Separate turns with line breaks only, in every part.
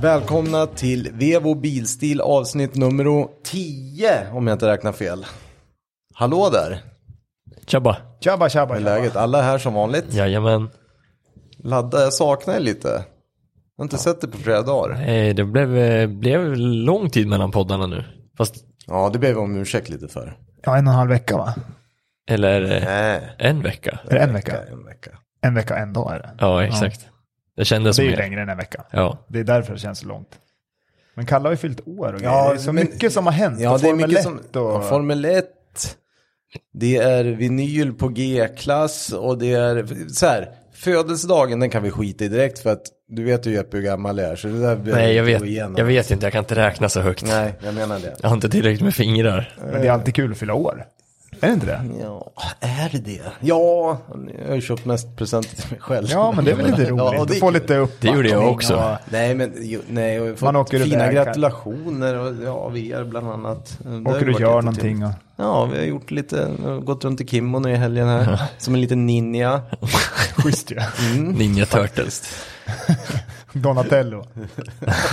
Välkomna till Vevo Bilstil avsnitt nummer 10 om jag inte räknar fel. Hallå där!
Tjabba.
Tjabba tjabba.
Hur är läget? Alla är här som vanligt.
Jajamän.
Ladda, jag saknar er lite. Jag har inte sett dig på flera dagar.
Eh, Det blev, eh, blev lång tid mellan poddarna nu. Fast,
Ja, det ber vi om ursäkt lite för.
Ja, en och en halv vecka va?
eller eh,
Nej,
en vecka.
Är det en vecka?
en vecka.
En vecka och en dag är det.
Ja, exakt. Det kändes
Det är
som
ju
mer.
längre än en vecka.
Ja.
Det är därför det känns så långt. Men Kalle har ju fyllt år och
Ja,
ja, det är så
men-
mycket som har hänt.
Ja,
och
det är
Formel
mycket
1
som...
och...
Ja, Formel 1. Det är vinyl på G-klass och det är så här. Födelsedagen den kan vi skita i direkt för att du vet ju Jeppe hur gammal jag är så det där behöver
Nej, jag
vi inte
vet,
gå igenom.
jag vet inte. Jag kan inte räkna så högt.
Nej, jag menar det.
Jag har inte tillräckligt med fingrar.
Men det är alltid kul att fylla år. Är det inte det?
Ja, är det det? Ja, jag har ju köpt mest presenter till mig själv.
Ja, men det är väl lite roligt.
och det
att
är
få
kul.
lite
Det
uppbackning.
gjorde jag också.
och-
Nej, men ju, nej, och
Man
fått
åker iväg
fina
här.
gratulationer och ja, vi är bland annat. Det har ju
Åker
varit
och gör
jättetrevligt.
någonting. Och...
Ja, vi har gjort lite, gått runt i kimono i helgen här, som en liten ninja.
Schysst ju.
Mm.
Ninja Turtles.
Donatello.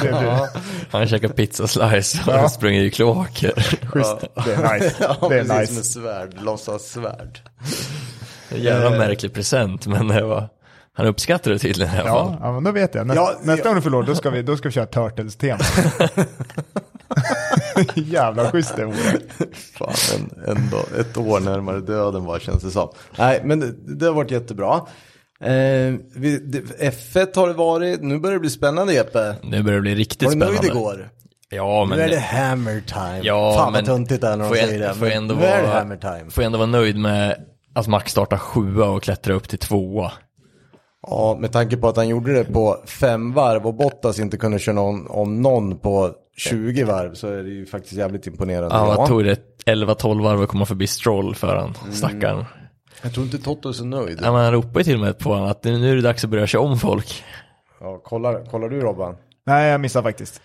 Det är, du.
Han käkar pizza slice och
Ja.
springer i kloaker.
Schysst. Det är nice.
Ja,
Det är
precis,
nice.
med svärd, låtsas svärd.
Jävla märklig present, men det var, han uppskattade det tydligen i alla fall.
Ja, ja, men då vet jag. Näst,
Ja,
nästa
ja.
gång du förlorar, då ska vi, då ska vi köra Turtles-tema. Jävla schysst det vore.
Fan, en, en dag, ett år närmare döden bara känns det som. Nej, men det, det har varit jättebra. Eh, vi, det, F1 har det varit, nu börjar det bli spännande Jeppe.
Nu börjar det bli riktigt
Var du
spännande.
nöjd igår?
Ja, men...
Nu är det hammer time.
Ja,
Fan
men
vad töntigt det är när de
får jag-
säger det.
Får jag
men
ändå
nu är det
vara-
hammer time.
Får jag ändå vara nöjd med att Max startar sjua och klättrar upp till tvåa.
Ja, med tanke på att han gjorde det på fem varv och Bottas inte kunde köra någon, om någon på 20 varv så är det ju faktiskt jävligt imponerande.
Han
Ja.
tog det 11-12 varv och komma förbi Stroll för han, stackaren.
Jag tror inte Toto är så nöjd.
Ja, men han ropade ju till och med på honom att nu nu är det dags att börja köra om folk.
Ja, kollar, kollar du Robban?
Nej, jag missade faktiskt.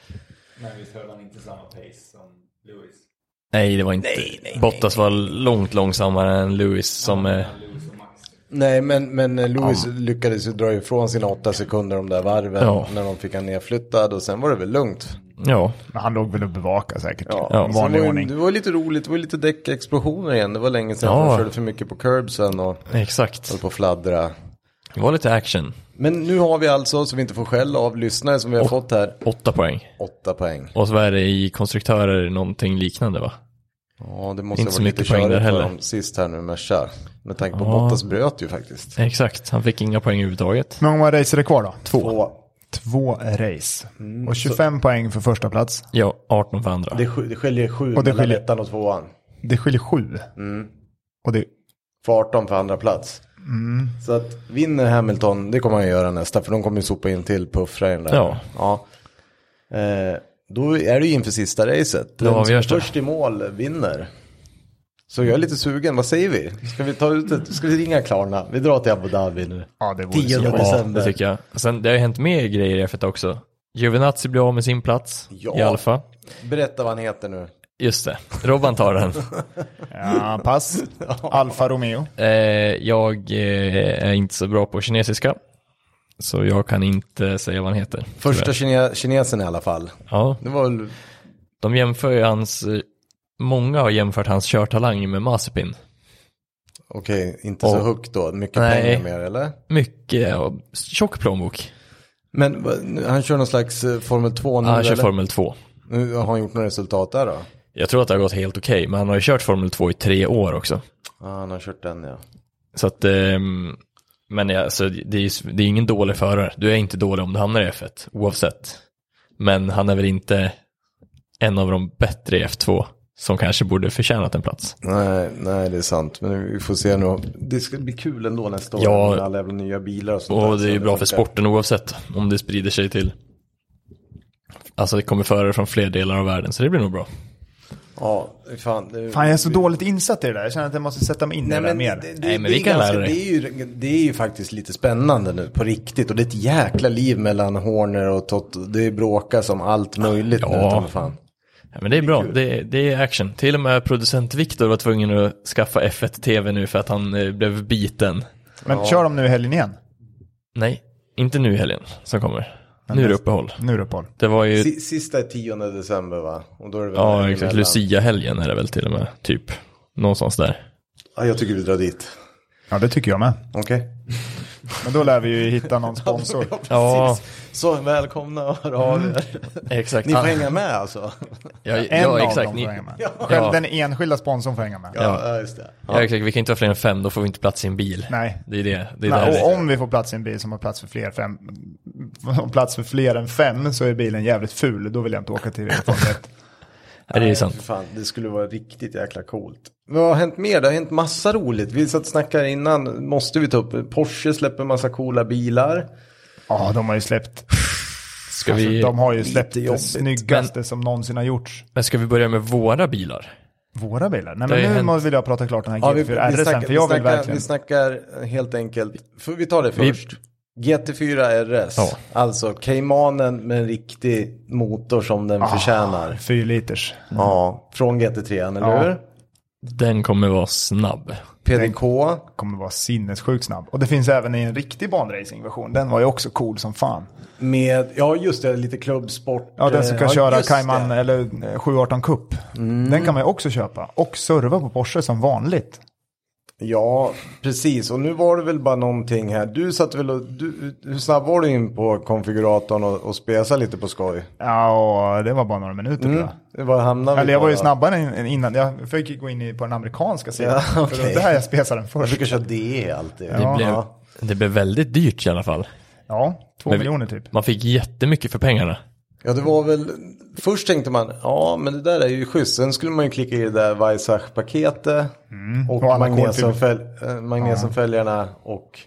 Nej, det var inte. Bottas var långt långsammare än Lewis som... eh,
Nej, men, men eh, Lewis lyckades ju dra ifrån sina åtta sekunder de där varven
Ja.
när de fick han nedflyttad och sen var det väl lugnt.
ja,
Men han låg väl och bevakade säkert.
Ja.
I
Sen var
vanlig
ju-
ordning.
Det var lite roligt, det var lite däckexplosioner igen. Det var länge sedan
Ja.
de körde för mycket på curbsen och
exakt.
höll på att fladdra.
Det var lite action.
Men nu har vi alltså, så vi inte får skäll av lyssnare som vi har fått här,
Åtta poäng.
åtta poäng.
Och så är det i konstruktörer någonting liknande va?
Ja, det måste
Inte
ha
så
varit lite
mycket poäng
körigt
där
för
heller.
dem sist här nu med Merca. Med tanke på
Ja.
Bottas bröt ju faktiskt.
Exakt, han fick inga poäng överhuvudtaget.
Men hur många race är det kvar då?
Två. Mm,
Två race. och 25 poäng för första plats.
Ja, 18 för andra.
Det, sk- det skiljer sju
Och det
mellan
skiljer-
ettan och tvåan.
Det skiljer sju.
Mm.
Och det,
För 18 för andra plats. Så att vinner Hamilton, det kommer han göra nästa, för de kommer ju sopa in till puffrain där.
Ja.
ja. Eh, då är det ju inför sista racet. Den
Ja, vi
som
gör
är
så.
först i mål vinner. Så jag är lite sugen, vad säger vi? Ska vi ta ut ett, ska vi ringa Klarna? Vi drar till Abu Dhabi nu.
ja, det vore
Tio
så.
då.
Ja,
december.
det tycker jag. Sen, det har ju hänt mer grejer i F1 också. Giovinazzi blir av med sin plats
Ja.
i Alfa.
Berätta vad han heter nu.
Just det, Robban tar den.
Ja, pass. Alfa Romeo.
eh, jag eh, är inte så bra på kinesiska. Så jag kan inte säga vad han heter.
Första kine, kinesen i alla fall.
Ja,
Det var väl
de jämför ju hans, eh, många har jämfört hans körtalang med Mazepin.
Okej, inte så
Och-
högt då. Mycket
Nej.
pengar mer eller?
Mycket, och tjock plånbok.
Men va- nu- han kör någon slags eh, Formel 2 nu
Han kör
eller?
Formel 2.
Nu har han gjort några resultat där då?
Jag tror att det har gått helt okej, men han har ju kört Formel 2 i tre år också.
Ja, han har kört den ja.
Så att, ehm, men ja, alltså, det, är, ju- det är ingen dålig förare. Du är inte dålig om du hamnar i F1, oavsett. Men han är väl inte en av de bättre i F2 som kanske borde förtjänat en plats.
Nej, nej det är sant. Men vi får se nu. Det ska bli kul ändå nästa år.
Ja.
Med alla jävla nya bilar och sånt där,
Och det är
så
ju bra för
funkar.
sporten oavsett, om det sprider sig till Alltså det kommer förare från fler delar av världen, så det blir nog bra.
Ja, fan. Det...
Fan, jag är så dåligt insatt i det där. Jag känner att jag måste sätta mig in i det där mer.
det,
Nej, men
det
vi
är
kan lära
det.
dig.
Är ju, det är ju faktiskt lite spännande nu på riktigt. Och det är ett jäkla liv mellan Horner och Toto. Det bråkas om allt möjligt nu.
Ja.
ta mig Fan.
Ja, men det är bra, det, det är action. Till och med producent Viktor var tvungen att skaffa F1 TV nu för att han eh, blev biten.
Men kör de nu i helgen igen?
Nej, inte nu i helgen som kommer. Nu är det uppehåll.
Nu är det uppehåll.
Det var ju,
Si- Sista är 10 december va? Och då är det väl
ja
däremellan.
exakt, Lucia-helgen är det väl till och med, typ. Någonstans där.
Ja, jag tycker vi drar dit.
Ja, det tycker jag med.
Okej.
Men då lär vi ju hitta någon sponsor.
Ja, Mm.
Så välkomna och hör av er.
exakt.
Ni får
Ah,
hänga med alltså.
ja,
En
ja,
av
exakt.
dem
Ni,
får hänga med. Själv den enskilda sponsorn får hänga med.
Ja.
ja just det.
ja, exakt. Vi kan inte vara fler än fem, då får vi inte plats i en bil.
Nej.
Det är det. det, är där
Nej,
det.
och om vi får plats i en bil som har plats för fler, fem, om plats för fler än fem så är bilen jävligt ful. Då vill jag inte åka till Formel 1.
Ja, det är
Fy
sant.
Fan, det skulle vara riktigt jäkla coolt. Men Vad har hänt mer? Det har hänt massa roligt. Vi satt och snackade innan. Måste vi ta upp? Porsche släpper massa coola bilar.
Ja, de har ju släppt.
Ska
Alltså,
vi,
de har ju
lite
släppt det
jobbigt,
snyggaste som någonsin har gjorts.
men ska vi börja med våra bilar?
Våra bilar. Nej,
Det har
men
ju
nu
hänt.
må- vill jag prata klart den här GT4 RS sen, för
vi,
jag vill
snackar,
verkligen.
vi snackar eh, helt enkelt. För vi tar det
Vi-
först. GT4 RS.
Ja.
Alltså Caymanen med en riktig motor som
Ah.
den förtjänar.
Fyrliters.
Ja, från GT3, eller
Mm. Ja.
hur?
Den kommer vara snabb.
PDK.
Kommer vara sinnessjukt snabb. Och det finns även i en riktig banracingversion. Den var ju också cool som fan.
Med, ja just det, lite klubbsport.
Ja, Mm. den som kan
Eh,
köra
just
Cayman
det.
eller eh, 718 Cup. Den kan man ju också köpa. Och serva på Porsche som vanligt.
Ja, precis. Och nu var det väl bara någonting här. Du satt väl och, du, hur snabb var du in på konfiguratorn och, och spesade lite på skoj?
Ja, och det var bara några minuter tror jag.
Vad hamnade vi
Eller jag
på
var ju
då?
snabbare in- än innan. Jag fick gå in i- på den amerikanska sidan.
Ja,
För det var
okej.
där jag spesade den
Jag
först.
brukar köra DE alltid.
Det,
Ja.
blev, det blev väldigt dyrt i alla fall.
Ja, två
Men vi-
miljoner typ.
Man fick jättemycket för pengarna.
Ja, det var väl, först tänkte man, ja men det där är ju schysst. Sen skulle man ju klicka i det där Weissach-paketet. Och,
Mm. Och alla
magnesiumfäl- eh, magnesiumfälgarna och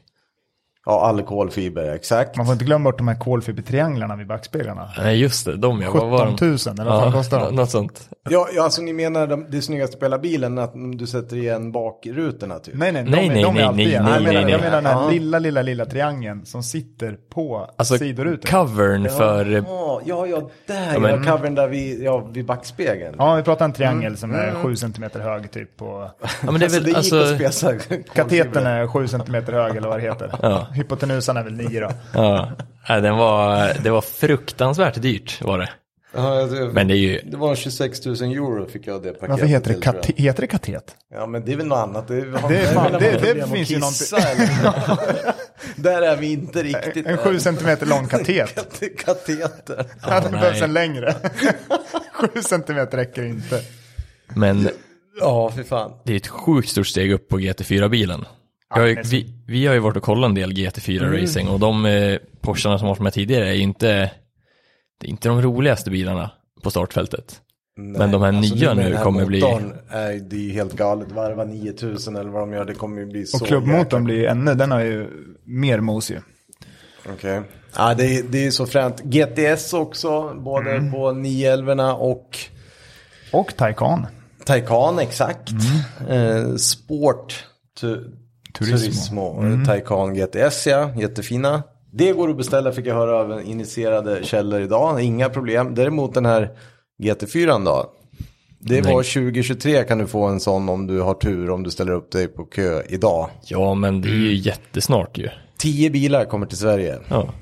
ja, alkoholfiber, exakt.
Man får inte glömma bort de här kolfibertrianglarna vid backspeglarna.
Nej, just det. De ja.
17
Vad var de?
000 eller vad fan kostar
nå-
de?
Något sånt.
Ja, ja, alltså ni menar de, det snyggaste på hela bilen att du sätter igen bakrutorna typ?
Nej, nej, de,
Nej,
är-
nej,
de är
nej,
alltid
nej,
igen.
nej,
jag menar,
nej, nej.
jag menar den här
Ja.
lilla, lilla, lilla triangeln som sitter på
Alltså,
sidorutan.
covern för... eh,
Ja, ja, ja, där ja,
men-
men... covern där vid, ja, vid backspegeln.
Ja, vi pratar en triangel som är 7 cm hög typ. På...
Ja, men det är
alltså, det
väl,
gick att
alltså,
spesa.
Katetern är 7 cm hög eller vad det heter. Hypotenusan är väl 9 då.
ja. Nej, den var, det var fruktansvärt dyrt var det.
Ja, det,
Men det är ju...
det var 26 000 euro fick jag det paketet
Varför heter det,
till, tror jag.
kate- heter det katet?
Ja, men det är väl något annat. Det, är,
Det är fan-
väl
det-
något
det
problem
finns
att kissa,
ju
eller? där är vi inte riktigt.
En 7 cm lång katet.
än. Kateter.
Ja, det
nej.
behövs en längre. 7 cm räcker inte.
Men
Ja, för fan.
det är ett sjukt stort steg upp på GT4-bilen. Jag, har ju-
men-
vi, vi har ju varit och kollat en del
Mm.
GT4-racing och de eh, Porscharna som varit med tidigare är ju inte... Det är inte de roligaste bilarna på startfältet. Men de här nya
alltså, med
nu
den här
kommer bli-
motorn Är, det är ju helt galet. Varva 9000 eller vad de gör. Det kommer ju bli så
Och klubbmotorn blir ju ännu, den har ju mer mos ju.
Okej. Ja, det, är- det är så fränt. GTS också, både
Mm.
på 911 och
Och Taycan.
Taycan exakt. Eh, sport, tu,
Turismo.
Turismo, Eh, Taycan GTS ja, jättefina. Det går att beställa fick jag höra av initierade källor idag, inga problem. Däremot den här GT4 då. Det var 2023 kan du få en sån om du har tur, om du ställer upp dig på kö idag.
Ja, men det är
Mm.
ju jättesnart ju.
Tio bilar kommer till Sverige.
Ja.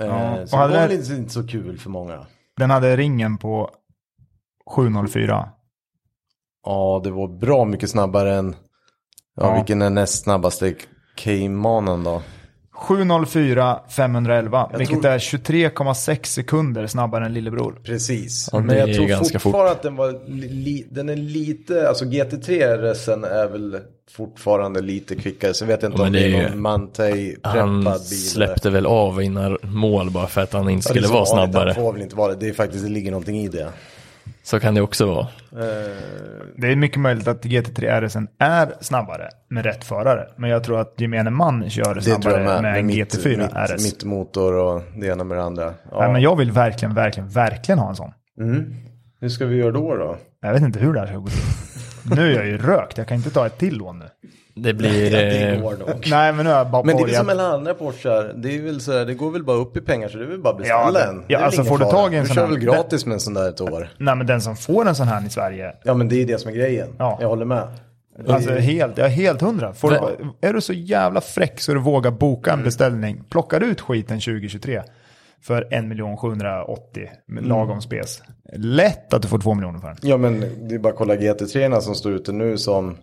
Eh,
och
så det
hade
var
det-
väl inte, inte så kul för många.
Den hade ringen på 704.
Ja, det var bra mycket snabbare än... Ja,
Ja.
vilken är näst snabbaste? Caymanen då?
704 511, vilket
tror-
är 23,6 sekunder snabbare än lillebror.
Precis.
Ja, det
Men jag
är
tror
ganska fort.
fortfarande att den var li- li, den är lite, alltså GT3 RSen är väl fortfarande lite kvickare. Så jag vet inte
men
om det
det
är
är ju-
någon Mantei
Han
preppad bil.
släppte väl av innan mål bara för att han inte
Ja, det är
skulle
så
vara
vanligt,
snabbare.
Han får väl inte vara det. Det är faktiskt, det ligger någonting i det. Eh,
Så kan det också vara.
Det är mycket möjligt att GT3 RSen är snabbare med rätt förare. Men jag tror att gemene man kör
Det tror jag
snabbare
med.
med, en
mitt,
GT4
mitt,
RS.
Mitt motor och det ena med det andra. Ja, Mm.
Nej, men jag vill verkligen, verkligen, verkligen ha en sån.
Hur ska vi göra då då?
Jag vet inte hur det här ska gå till. nu är jag ju rökt, jag kan inte ta ett till lån nu.
Det blir...
det
eh,
går nog.
Nej, men nu har jag bara
Men det är väl
börjat.
som alla andra Porschar. Det, är väl så här, det går väl bara upp i pengar så det är väl bara att
Ja,
beställa
det-
en.
ja,
Det är väl
alltså,
ingen
får du
fara.
tag i en sån
Du kör
här-
väl gratis med en sån där ett år?
Nej, men den som får en sån här i Sverige.
Ja men det är ju det som är grejen.
Ja.
Jag håller med.
Alltså
Mm.
helt, jag är helt hundra. Får
Va-
Mm.
du, är du så jävla fräck så du vågar boka en beställning, plockar ut skiten 2023, för 1 780 000
Mm.
lagom spes. Lätt att du får 2 miljoner för den.
Ja men det är bara att kolla GT3 som står ute nu som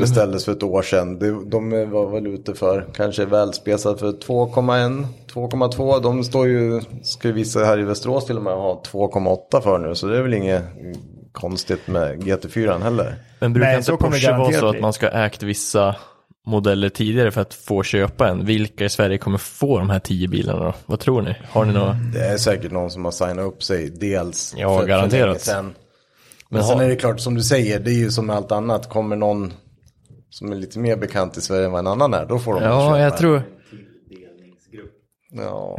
beställdes för ett år sedan. De, de var väl ute för kanske välspesade för 2,1, 2,2. De står ju, ska ju vissa här i Västerås till och med ha 2,8 för nu. Så det är väl inget konstigt med GT4 heller.
Men brukar
Nej,
inte
så kommer det
Porsche vara
garanterat
så att
bli.
man ska ha ägt vissa modeller tidigare för att få köpa en? Vilka i Sverige kommer få de här tio bilarna då? Vad tror ni? Har ni några?
Det är säkert någon som har signat upp sig dels
Ja, garanterat.
länge sedan. Men
Men
sen
har-
är det klart som du säger, det är ju som med allt annat. Kommer någon som är lite mer bekant i Sverige än vad en annan är, då får de
Ja,
köpa.
jag tror...
Ja,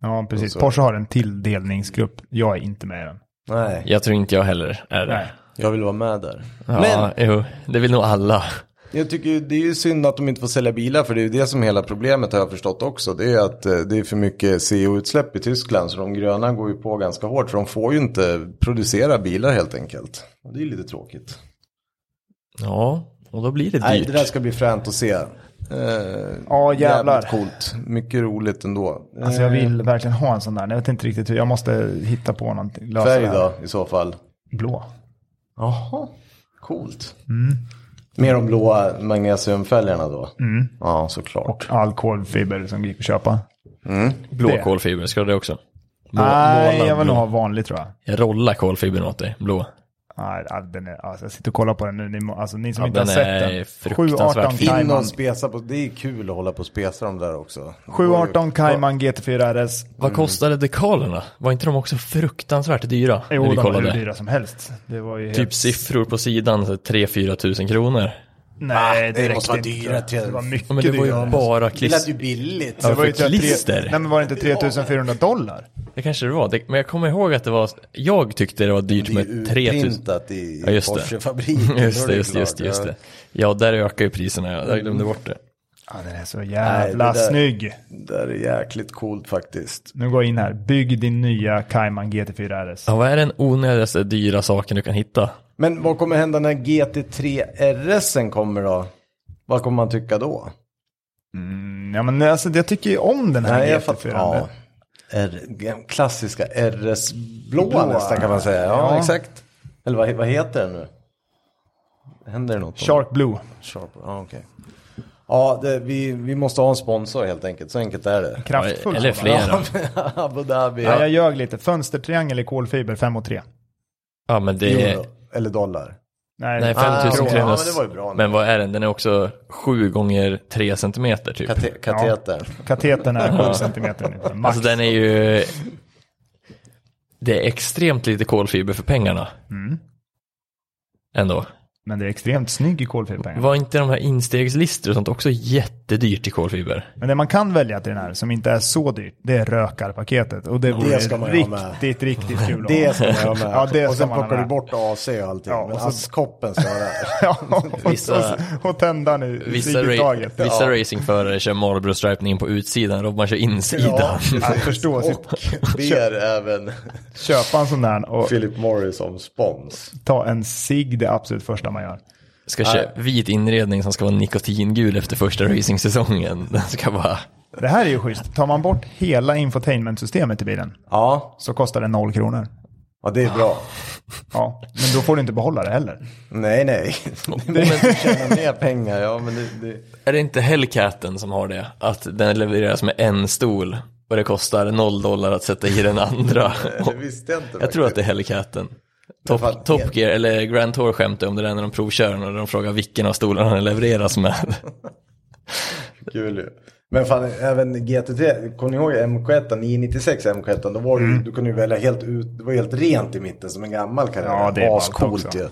Ja, precis. Porsche har en tilldelningsgrupp. Jag är inte med i den.
nej.
Jag tror inte jag heller är det.
Nej.
Jag vill vara med där.
Ja, jo, det vill nog alla.
Jag tycker ju, det är ju synd att de inte får sälja bilar för det är ju det som hela problemet har jag förstått också. Det är ju att eh, det är för mycket CO-utsläpp i Tyskland så de gröna går ju på ganska hårt för de får ju inte producera bilar helt enkelt. Och det är ju lite tråkigt.
Ja, och då blir det
Nej, det där
dyrt.
ska bli fränt att se. Eh,
Ja, jävlar.
Jävligt coolt. Mycket roligt ändå.
Alltså jag vill verkligen ha en sån där. Jag vet inte riktigt hur. Jag måste hitta på någonting. Lösa
Färg
det här.
då i så fall.
Blå.
Jaha, coolt. Mer de blåa magnesiumfälgarna då. Ja, såklart.
Och alkoholfiber som gick att köpa.
Mm.
Blå kolfiber, ska du det också? Må-
Nej,
måla
jag vill nog
blå.
ha vanlig tror jag.
Jag rollar kolfibern åt dig, blå.
Nej, ja, den är, alltså jag sitter och kollar på den nu. Ni, må- alltså, ni som
Ja,
inte har
den
sett
är
den.
fruktansvärt
718
fin.
In
Cayman,
och spesa på, det är kul att hålla på och spesa de där också.
718 Cayman GT4 RS.
Vad kostade dekalerna? Var inte de också fruktansvärt dyra?
Jo,
när
de
vi
var hur
kollade.
dyra som helst. Det var ju helt...
Typ siffror på sidan, 3-4 tusen kronor.
Nej, det,
Ah, det
räckte
måste vara
inte.
dyra till-
Det var mycket
Ja, men det var
dyrare.
ju bara
Det lät
klister.
ju billigt.
Ja.
Det var ju
för
typ tre-
klister.
Nej, men var det inte 3400 dollar?
Det kanske det var, det, men jag kommer ihåg att det var, jag tyckte det var dyrt
Det är ju
med 3000.
typ utprintat i
Ja, just det.
Porsche-fabriken.
Just
då
det,
är
just det, just det,
klart.
just det. Ja, där ökar ju priserna, jag jag glömde bort det.
Ja, den är så jävla
Nej, det där-
snygg.
Det där är jäkligt coolt faktiskt.
Nu går jag in här. Bygg din nya Cayman GT4 RS.
Ja, vad är den onödigaste dyra saken du kan hitta?
Men vad kommer hända när GT3 RS kommer då? Vad kommer man tycka då?
Mm, ja, men alltså, jag tycker ju om den här
Nej, jag
GT4.
fattar. Ja. R, den klassiska RS-blåa
Blåa.
nästan kan man säga. Ja,
Ja.
exakt. Eller vad, vad heter den nu? Händer det något? då?
Shark Blue.
Sharp. Ja, okej. Ja, det, vi, vi måste ha en sponsor helt enkelt. Så enkelt är det.
Kraftfull
Eller
sådan. Ja.
flera.
Abu Dhabi.
Ja, jag ljög lite. Fönstertriangel i kolfiber 5 och 3.
Ja, men det är...
Euro. Eller dollar.
Nej,
Ja,
5300.
men det var ju bra.
Men vad är den? Den är också 7 gånger 3 centimeter typ.
Kate- kateter.
Katetern är 7 centimeter nu. Max.
Alltså den är ju... Det är extremt lite kolfiber för pengarna.
Mm.
Ändå.
Men det är extremt snygg i kolfiberpengar.
Var inte de här instegslistor och sånt också jättedyrt i kolfiber?
Men det man kan välja till den här som inte är så dyrt, det är rökarpaketet. Och det vore
ska man ju ha med.
riktigt, riktigt kul att ha.
Det ska man ha med.
Ja, det
och
ska
sen
man ha
plockar du
med.
bort AC och allting.
Ja, och
men
så-
askkoppen ska vara där.
Ja, och,
Vissa-
och, och tändan i
Vissa,
vissa
ra-
taget.
vissa racingförare kör Marlboro-stripningen på utsidan, Robban kör insidan.
Ja, förstå sitt.
Och ber även
Köpa en sån där och
Philip Morris om spons.
ta en cigg det absolut första man gör.
Ska köra vit inredning som ska vara nikotingul efter första racingsäsongen. Den ska bara...
Det här är ju schysst. Tar man bort hela infotainmentsystemet i bilen
Ja,
så kostar det noll kronor.
ja det är bra.
Ja, men då får du inte behålla det heller.
Nej, nej. Det är att tjäna mer pengar. Ja, men det, det...
Är det inte Hellcaten som har det? Att den levereras med en stol och det kostar noll dollar att sätta i den andra.
Det visste jag inte.
Jag tror att det är Hellcaten. Top,
fan,
Top Gear, eller Grand Tour skämtade om det där när de provkör och de frågar vilken av stolarna den levereras med.
Kul ju. Men fan, även GT3, kommer ni ihåg MK1, 996 MK1, då var det, ju-
Mm.
du kunde ju välja helt ut, det var helt rent i mitten som en gammal karriär.
Ja, det är ballt
Ascoolt
också.
ju.
Nej,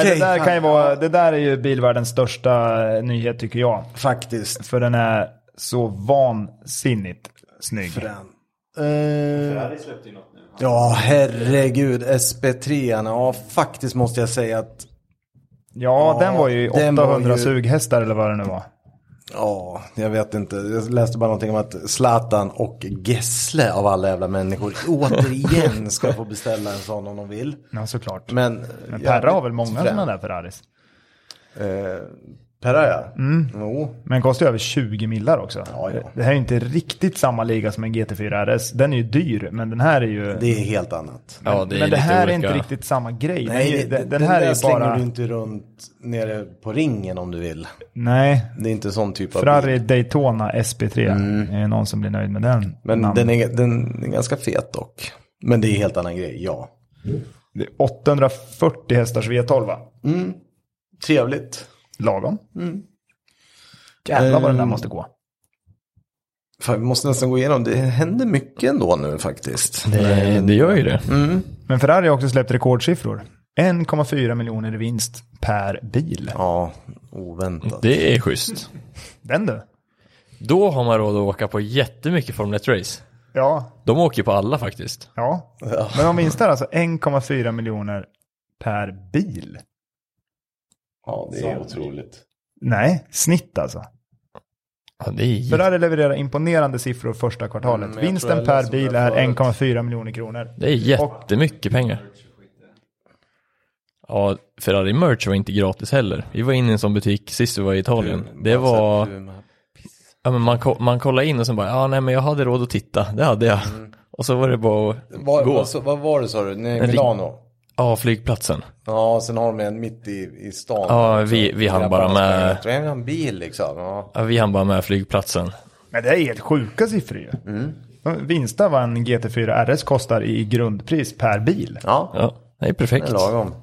Okej.
det, där kan ju vara, det där är ju bilvärldens största nyhet tycker jag.
Faktiskt.
För den är så vansinnigt snygg.
Frän. Ferrari släppte ju något nu. Eh, Ja, herregud. SP3, ja faktiskt måste jag säga att,
Ja, den var ju
den var
800
ju-
sughästar eller vad det nu var.
ja, jag vet inte. Jag läste bara någonting om att Zlatan och Gessle av alla jävla människor återigen ska få beställa en sån om de vill.
Ja, såklart.
Men,
Men
jävligt
Perra har väl många
frän.
sådana där Ferraris?
Eh, Peraja? Mm. Jo.
Men kostar ju över 20 millar också.
Ja, ja.
Det här är ju inte riktigt samma liga som en GT4 RS. Den är ju dyr, men den här är ju...
Det är helt annat.
Ja, det är
men det
lite
här är
olika.
inte riktigt samma grej. Den är ju-
Nej,
den,
den,
den här
där
är ju
slänger
bara...
du inte runt nere på ringen om du vill.
Nej,
Det är inte sån typ av bil.
Ferrari Daytona SP3. Är det någon som blir nöjd med den?
Mm. Men
Namn.
den är, den är ganska fet dock. Men det är en helt annan grej, ja.
Det är 840 hästars V12 va?
Trevligt.
Lagom.
Mm.
Jävlar vad den
Eh.
där måste gå.
Fan, vi måste nästan gå igenom, det händer mycket ändå nu faktiskt. Mm.
Det, det gör ju det.
Men Ferrari har också släppt rekordsiffror. 1,4 miljoner i vinst per bil.
Ja, oväntat.
Det är schysst.
Den du.
Då har man råd att åka på jättemycket Formel 1-race.
Ja,
De åker ju på alla faktiskt.
ja. Men de vinstar alltså 1,4 miljoner per bil.
Ja, det är otroligt.
Nej, snitt alltså.
Ja, det är ju-
Ferrari levererar imponerande siffror första kvartalet.
Mm, jag tror
Vinsten
jag
per
läste om
bil
det
är
förut.
1,4 miljoner kronor.
Det är jättemycket pengar. Ja, Ferrari merch var inte gratis heller. Vi var inne i en sån butik sist vi var i Italien.
Mm.
Det var,
Alltså,
ja, men man, ko- man kollade in och sen bara, ja nej men jag hade råd att titta, det hade jag.
Mm.
Och så var det bara att
Var,
gå.
vad, så- vad var det sa du? Nej,
En ring-
Milano?
Ja, flygplatsen.
Ja, sen har de en mitt i, i stan.
Ja, vi, vi hann bara med,
Jag tror jag vill ha en bil liksom. Ja.
ja, vi hann bara med flygplatsen.
Men det är helt sjuka siffror ju.
Mm.
De Vinstar vad en GT4 RS kostar i grundpris per bil.
ja,
Ja, det är
det
perfekt.
är lagom.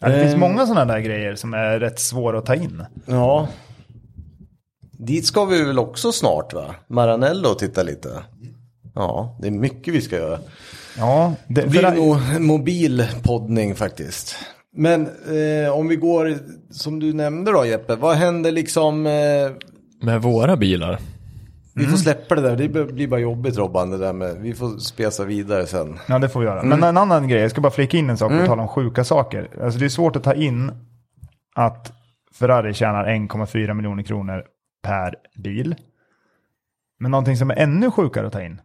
Ja, det
Eh.
finns många sådana där grejer som är rätt svåra att ta in.
Ja. Dit ska vi väl också snart va? Maranello och titta lite. Ja, det är mycket vi ska göra.
Ja, det,
Det blir
Ferrari-
nog en mobil poddning faktiskt. Men eh, om vi går, som du nämnde då Jeppe, vad händer liksom? Eh,
Med våra bilar.
vi
Mm.
får släppa det där, det blir bara jobbigt Robban det där med, vi får spesa vidare sen.
Ja, det får vi göra. Men en annan grej, jag ska bara flika in en sak på tal om sjuka saker. Alltså det är svårt att ta in att Ferrari tjänar 1,4 miljoner kronor per bil. Men någonting som är ännu sjukare att ta in.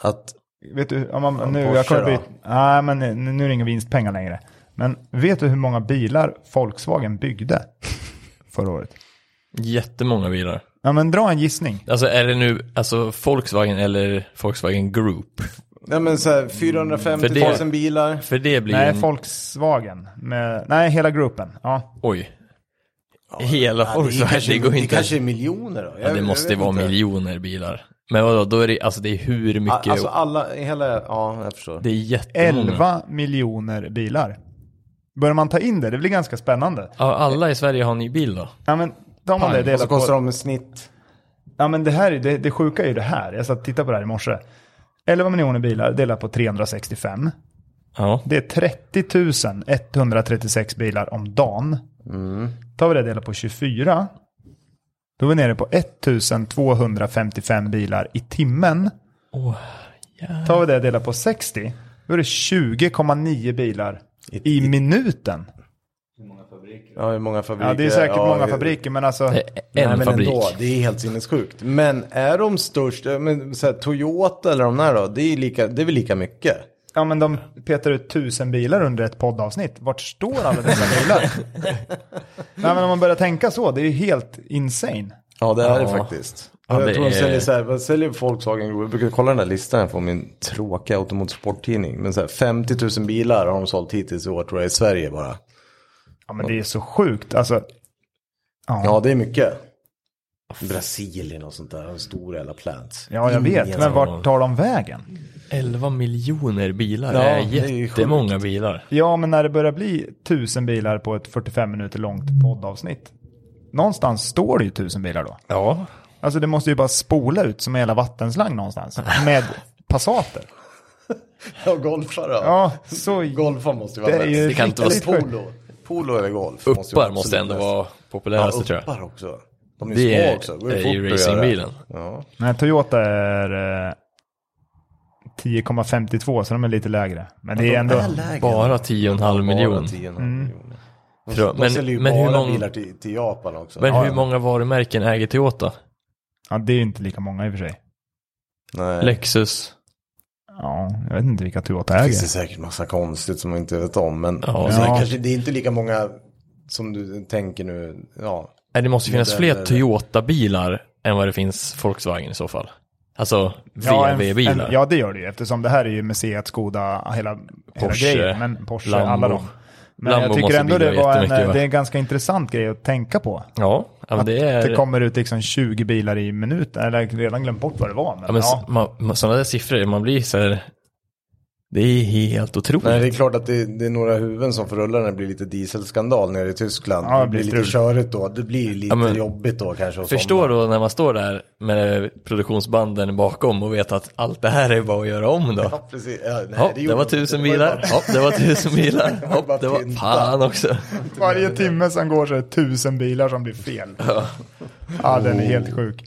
Att,
Vet du, om man, nu, jag
Porsche
kommer
då?
byta, nej, men nu, nu är det inga vinstpengar längre. Men vet du hur många bilar Volkswagen byggde förra året?
Jättemånga bilar.
Ja, men dra en gissning.
Alltså är det nu, alltså Volkswagen eller Volkswagen Group?
nej men så här 450
Mm, För det-
000 bilar.
För det blir
Nej,
en...
Volkswagen. Med, nej, hela gruppen. Ja.
Oj. Hela
Ja,
folk så här, det går
det
inte.
kanske är miljoner då.
ja, det måste ju vara miljoner bilar. Men vadå, då är det, alltså det är hur mycket,
Alltså alla, hela, ja jag förstår.
det är jättemånga.
11 miljoner bilar. Börjar man ta in det, det blir ganska spännande.
Ja, alla i Sverige har en ny bil då.
Ja men, tar man det,
Och så
delar
kostar
på,
de i snitt.
ja, men det, här, är- det, det sjuka är ju det här. Jag satt och tittade på det här i morse. 11 miljoner bilar delat på 365.
Ja,
Det är 30 136 bilar om dagen. Tar vi det delat på 24. Då är vi nere på 1255 bilar i timmen.
Åh,
Tar vi det delat på 60. Då är det 20,9 bilar i minuten.
Ja, hur många fabriker?
Ja, det är säkert
ja,
många
det-
fabriker, men alltså...
det är en
Nej, men
fabrik.
ändå, det är helt sinnessjukt. Men är de störst, eh, men, så här, Toyota eller de där då, det är, lika, det är väl lika mycket?
Ja, men de petar ut tusen bilar under ett poddavsnitt. Vart står alla dessa bilar? Nej, men om man börjar tänka så, det är ju helt insane.
Ja, det är
Ja.
det faktiskt.
Ja, det
jag tror de
är-
säljer så här, vad säljer Volkswagen Group? Jag brukar kolla den där listan från min tråkiga automotorsporttidning. Men så här, 50 000 bilar har de sålt hittills i år tror jag i Sverige bara.
Ja, men det är så sjukt. Alltså,
Ja, det är mycket. Brasilien och sånt där, stora jävla plants.
ja, jag vet, men vart tar de vägen?
11 miljoner bilar,
Ja,
det är
det är ju sjukt.
jättemånga bilar.
Ja, men när det börjar bli tusen bilar på ett 45 minuter långt poddavsnitt, någonstans står det ju tusen bilar då.
Ja.
Alltså, det måste ju bara spola ut som en jävla vattenslang någonstans med passater.
Ja, golfar då.
Ja, så...
Golfar måste ju vara
Det är
bäst.
ju
Det kan inte vara
riktigt sjukt.
Polo. Polo eller golf.
Uppar
vara
måste
absolut
ändå
bäst.
vara
Ja,
populäraste tror jag.
uppar också. De är ju
Det
små
är,
också. Går
är
fort
ju
att göra.
racingbilen.
Ja.
Nej, Toyota är eh, 10,52 så de är lite lägre. Men det är ändå... Mm.
Bara 10,5 miljon.
Bara 10,5 miljoner. De,
Tror jag.
de
Men-
säljer ju
men hur
bara
många-
bilar till, till Japan också.
Men hur många varumärken äger Toyota?
Ja, det är ju inte lika många i och för sig.
Nej.
Lexus?
Ja, jag vet inte vilka Toyota
Det
äger.
finns det säkert massa konstigt som man inte vet om. Men
Ja.
men så det
Ja.
kanske, det är inte lika många som du tänker nu, ja.
Nej, det måste ju finnas
Modeller.
fler Toyota-bilar än vad det finns Volkswagen i så fall. Alltså
Ja, en-
VW-bilar.
en- Ja, det gör det ju eftersom det här är ju Seat, Skoda, hela, hela
Porsche,
grejen. Men Porsche,
Lambo.
alla dem. Men
Lambo
jag tycker
måste
ändå det
bidra
var en,
jättemycket, va?
det är en ganska intressant grej att tänka på.
Ja, ja, men det är...
Det kommer ut liksom 20 bilar i minuten, eller jag har redan glömt bort vad det var. Men,
Ja, men
ja.
s- Man, man, sådana där siffror, man blir så här... Det är helt otroligt.
Nej, det är klart att det, det är några huvuden som får rulla när det blir lite dieselskandal nere i Tyskland.
Ja,
det blir lite
strul.
körigt då. Det blir lite
men-
jobbigt då kanske. att
Förstår
somna.
då när man står där med produktionsbanden bakom och vet att allt det här är bara att göra om då.
Ja, precis. Ja, nej,
Ja, det
gjorde
var
de inte.
tusen
ju
bilar,
bara-
ja, det var tusen bilar,
Det var bara
ja, det var
pynta.
fan också.
Varje timme som går så är det tusen bilar som blir fel. Ja, den är helt sjuk.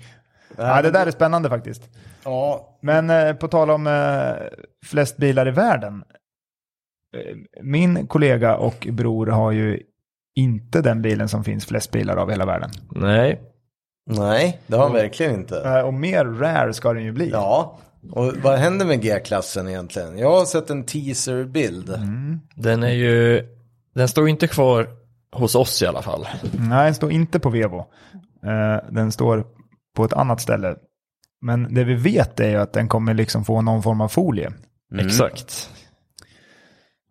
Oh. Ja, det där är spännande faktiskt.
Ja,
Men eh, på tal om eh, flest bilar i världen. Eh, min kollega och bror har ju inte den bilen som finns flest bilar av i hela världen.
Nej,
nej, det har han verkligen inte.
Eh, och mer rare ska den ju bli.
Ja, och vad händer med G-klassen egentligen? Jag har sett en teaserbild.
den är ju, den står ju inte kvar hos oss i alla fall.
Nej, den står inte på Vevo. Eh, den står på ett annat ställe. Men det vi vet är ju att den kommer liksom få någon form av folie.
Mm. Exakt.